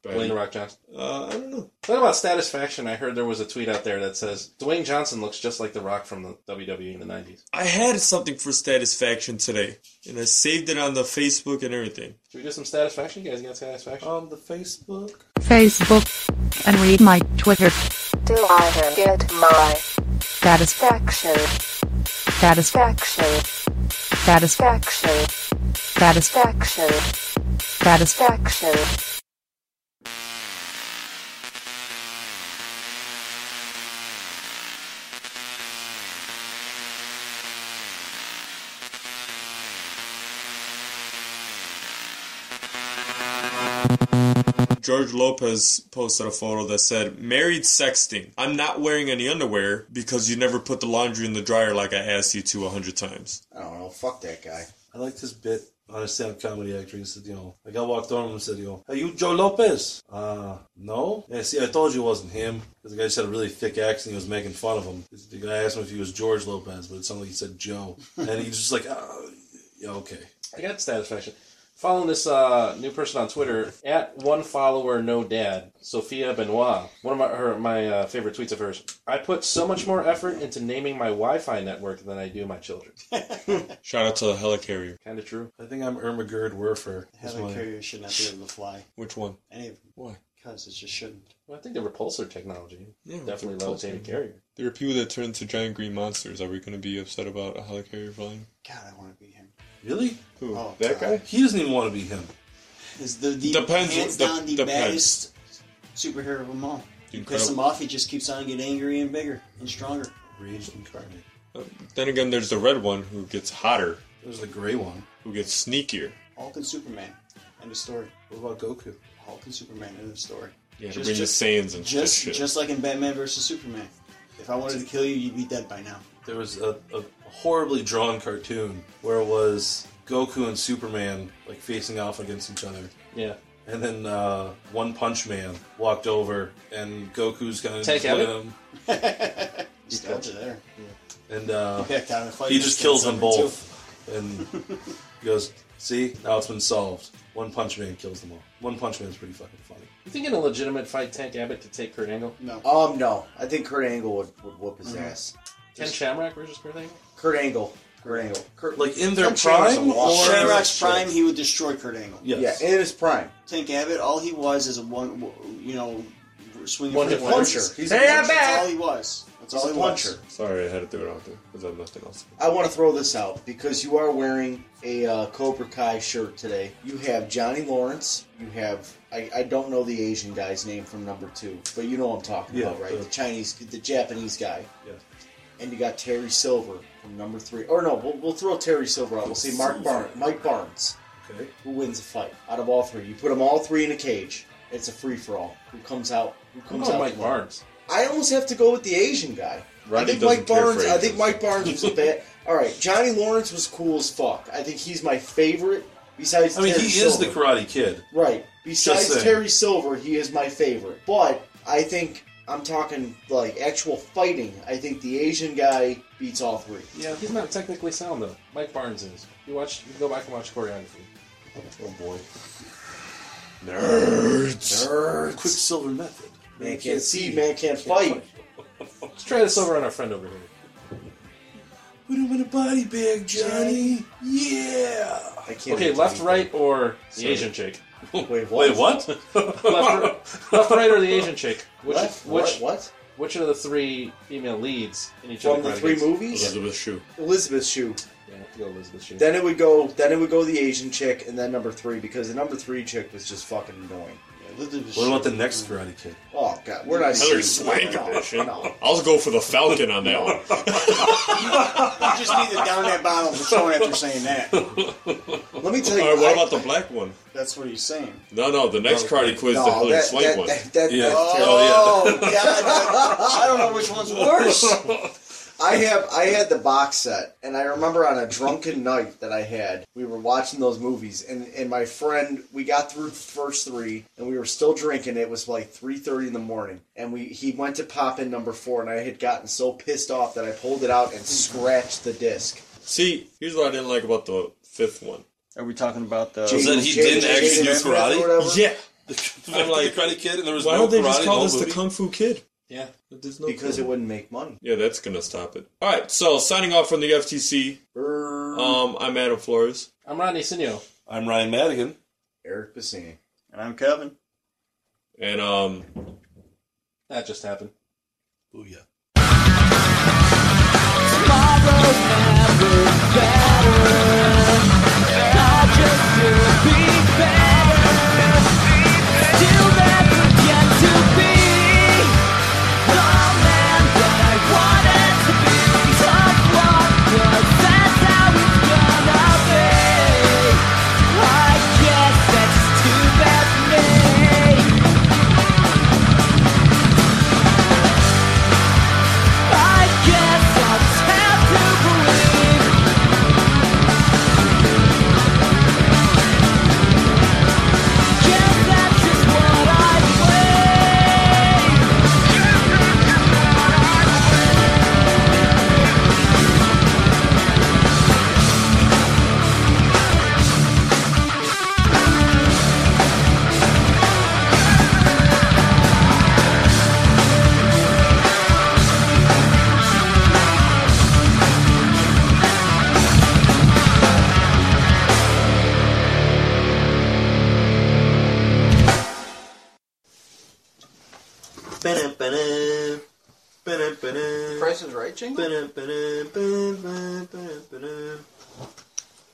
A: Dwayne The Rock Johnson.
B: Uh, I don't know.
A: What about satisfaction? I heard there was a tweet out there that says Dwayne Johnson looks just like The Rock from the WWE in the '90s.
B: I had something for satisfaction today, and I saved it on the Facebook and everything.
A: Should we do some satisfaction? You guys got satisfaction?
F: On Um, the Facebook.
L: Facebook, and read my Twitter.
M: Do I ever get my
L: Satisfaction, satisfaction, satisfaction,
M: satisfaction?
L: satisfaction,
M: Action.
L: satisfaction.
B: George Lopez posted a photo that said, Married sexting. I'm not wearing any underwear because you never put the laundry in the dryer like I asked you to a hundred times.
E: I don't know. Fuck that guy.
F: I liked his bit on a stand-up comedy actor. He said, you know, like I walked on him and said, you know, hey, you Joe Lopez? Uh, no? Yeah, see, I told you it wasn't him. Because the guy just had a really thick accent. He was making fun of him. The guy asked him if he was George Lopez, but it sounded like he said Joe. and he's just like, uh, yeah, okay.
A: I got satisfaction. Following this uh, new person on Twitter at one follower no dad Sophia Benoit. One of my her, my uh, favorite tweets of hers. I put so much more effort into naming my Wi-Fi network than I do my children.
B: Shout out to the helicarrier.
A: Kind of true.
F: I think I'm Irma Gerd Werfer. That's
C: Helen
F: my-
C: Carrier should not be able to fly.
B: Which one?
C: Any of them.
B: Why?
C: Because it just shouldn't.
A: Well, I think the repulsor technology
B: Yeah,
A: definitely
B: repulsor.
A: levitated carrier.
B: There are people that turn into giant green monsters. Are we going to be upset about a helicarrier flying?
C: God, I want to be him.
F: Really?
B: Who?
C: Oh,
B: that
C: God.
B: guy?
F: He doesn't even want to be him.
C: Is the, the
B: Depends-
C: hands
B: de-
C: down the
B: depends.
C: baddest superhero of them all. You piss
B: Incredible.
C: him off, he just keeps on getting angry and bigger and stronger.
F: Rage incarnate.
B: Uh, Then again, there's the red one who gets hotter,
F: There's the gray one.
B: who gets sneakier.
C: Hulk and Superman. End of story.
F: What about Goku?
C: Hulk and Superman. End of story.
B: Yeah, to
C: Just-
B: bring
C: just-
B: the Saiyans and
C: Just
B: shit.
C: just like in Batman versus Superman. If I wanted to kill you, you'd be dead by now.
F: there was a, a horribly drawn cartoon where it was Goku and Superman like facing off against each other,
A: Yeah.
F: and then uh, One Punch Man walked over, and Goku's kind of
A: Take out it?
F: him,
C: Still to there.
F: and uh,
C: Back down and fight
F: he just
C: against
F: kills them
C: Silver, too.
F: both, and he goes, "See, now it's been solved. One Punch Man kills them all. One Punch Man's pretty fucking funny."
A: You think in a legitimate fight, Tank Abbott could take Kurt Angle?
C: Mm-hmm.
E: Um, no. I think Kurt Angle would, would whoop his ass.
A: Ken Shamrock versus Kurt Angle?
E: Kurt Angle.
C: Kurt Angle. Kurt,
F: Like, in their prime, or-
C: Shamrock's prime, he would destroy Kurt Angle.
F: Yes.
E: Yeah, in his prime.
C: Tank Abbott, all he was is a one, you know, swinging
E: One
C: for the
E: hit puncher.
C: fences.
E: He's
C: Hey,
E: a puncher.
C: I'm back. That's all he was. That's
E: He's
C: all
E: a
C: he
E: puncher.
C: was.
B: Sorry, I had to throw it out there because I have nothing else.
E: I want to throw this out because you are wearing a uh, Cobra Kai shirt today. You have Johnny Lawrence. You have I, I don't know the Asian guy's name from number two, but you know what I'm talking
F: Yeah,
E: about, right?
F: yeah.
E: The Chinese, the Japanese guy.
F: Yeah.
E: And you got Terry Silver from number three. Or no, we'll, we'll throw Terry Silver out. We'll say Mark Barnes, Mike Barnes.
F: Okay.
E: Who wins the fight out of all three? You put them all three in a cage. It's a free for all. Who comes out? Who comes
A: about
E: out?
A: Mike
E: the winner?
A: Barnes?
E: I almost have to go with the Asian guy. I
A: Rodney
E: think Mike
A: doesn't care for
E: Barnes. I
A: Asians.
E: think Mike Barnes was a bad. All right, Johnny Lawrence was cool as fuck. I think he's my favorite. Besides,
F: I mean,
E: Terry
F: he is
E: Silver.
F: the Karate Kid.
E: right.
F: Just
E: Besides
F: saying.
E: Terry Silver, he is my favorite. But I think I'm talking like actual fighting. I think the Asian guy beats all three.
A: Yeah, he's not technically sound though. Mike Barnes is. You watch. You can go back and watch choreography.
F: Oh boy.
E: Nerds. Nerds.
F: Quicksilver method.
E: Man can't see, man can't fight.
A: Let's try this over on our friend over here.
F: Put him in a body bag, Johnny. Yeah.
E: I can't.
A: Okay, left, right, or the
F: Sorry.
A: Asian chick.
E: Wait,
F: Wait, what?
A: left, r- left, right, or the Asian chick? Which,
E: Left,
A: which,
E: right, what?
A: Which of the three female leads in each
E: From
A: of the,
E: the
A: Karate
E: three
A: Kids?
E: movies?
B: Elizabeth Shue.
E: Elizabeth Shue.
A: Yeah, I have to go Elizabeth Shue.
E: Then it would go. Then it would go the Asian chick, and then number three because the number three chick was just fucking annoying.
F: What about the next Karate Kid?
E: Oh god, we're not.
B: Hillary
E: shooting.
B: Swank edition.
E: no.
B: I'll go for the Falcon on that one.
C: You just need to down that bottle of Patron after saying that.
E: Let me tell you.
B: All right, what
E: I-
B: about the black one?
C: That's what he's saying.
B: No, no, the next karate quiz,
E: No,
B: the Hillary
E: that-
B: Swank
E: that-
B: one.
E: that- that-
F: Yeah.
E: that's terrible.
F: Oh, yeah.
C: I don't know which one's worse.
E: I have I had the box set, and I remember on a drunken night that I had, we were watching those movies, and and my friend, we got through the first three, and we were still drinking. It was like three thirty in the morning, and we he went to pop in number four, and I had gotten so pissed off that I pulled it out and scratched the disc.
B: See, here's what I didn't like about the fifth one.
C: Are we talking about the?
F: Was Oh, that he didn't actually do karate?
B: Yeah.
F: I'm like the Karate Kid, and there was
B: Why
F: no
B: don't they
F: karate
B: just
F: in
B: call
F: whole
B: this
F: movie?
B: the Kung Fu Kid?
A: yeah.
B: There's no
E: Because
B: clue.
E: it wouldn't make money.
B: Yeah, that's gonna stop it. All right, so signing off from the FTC.
F: Oh.
B: Um, I'm Adam Flores.
A: I'm Rodney Sinio.
F: I'm Ryan Madigan.
E: Eric Bassini.
C: And I'm Kevin.
B: And um,
A: That just happened.
F: Booyah.
E: Price is right, Jingle?
C: Ba-dum, ba-dum, ba-dum, ba-dum, ba-dum.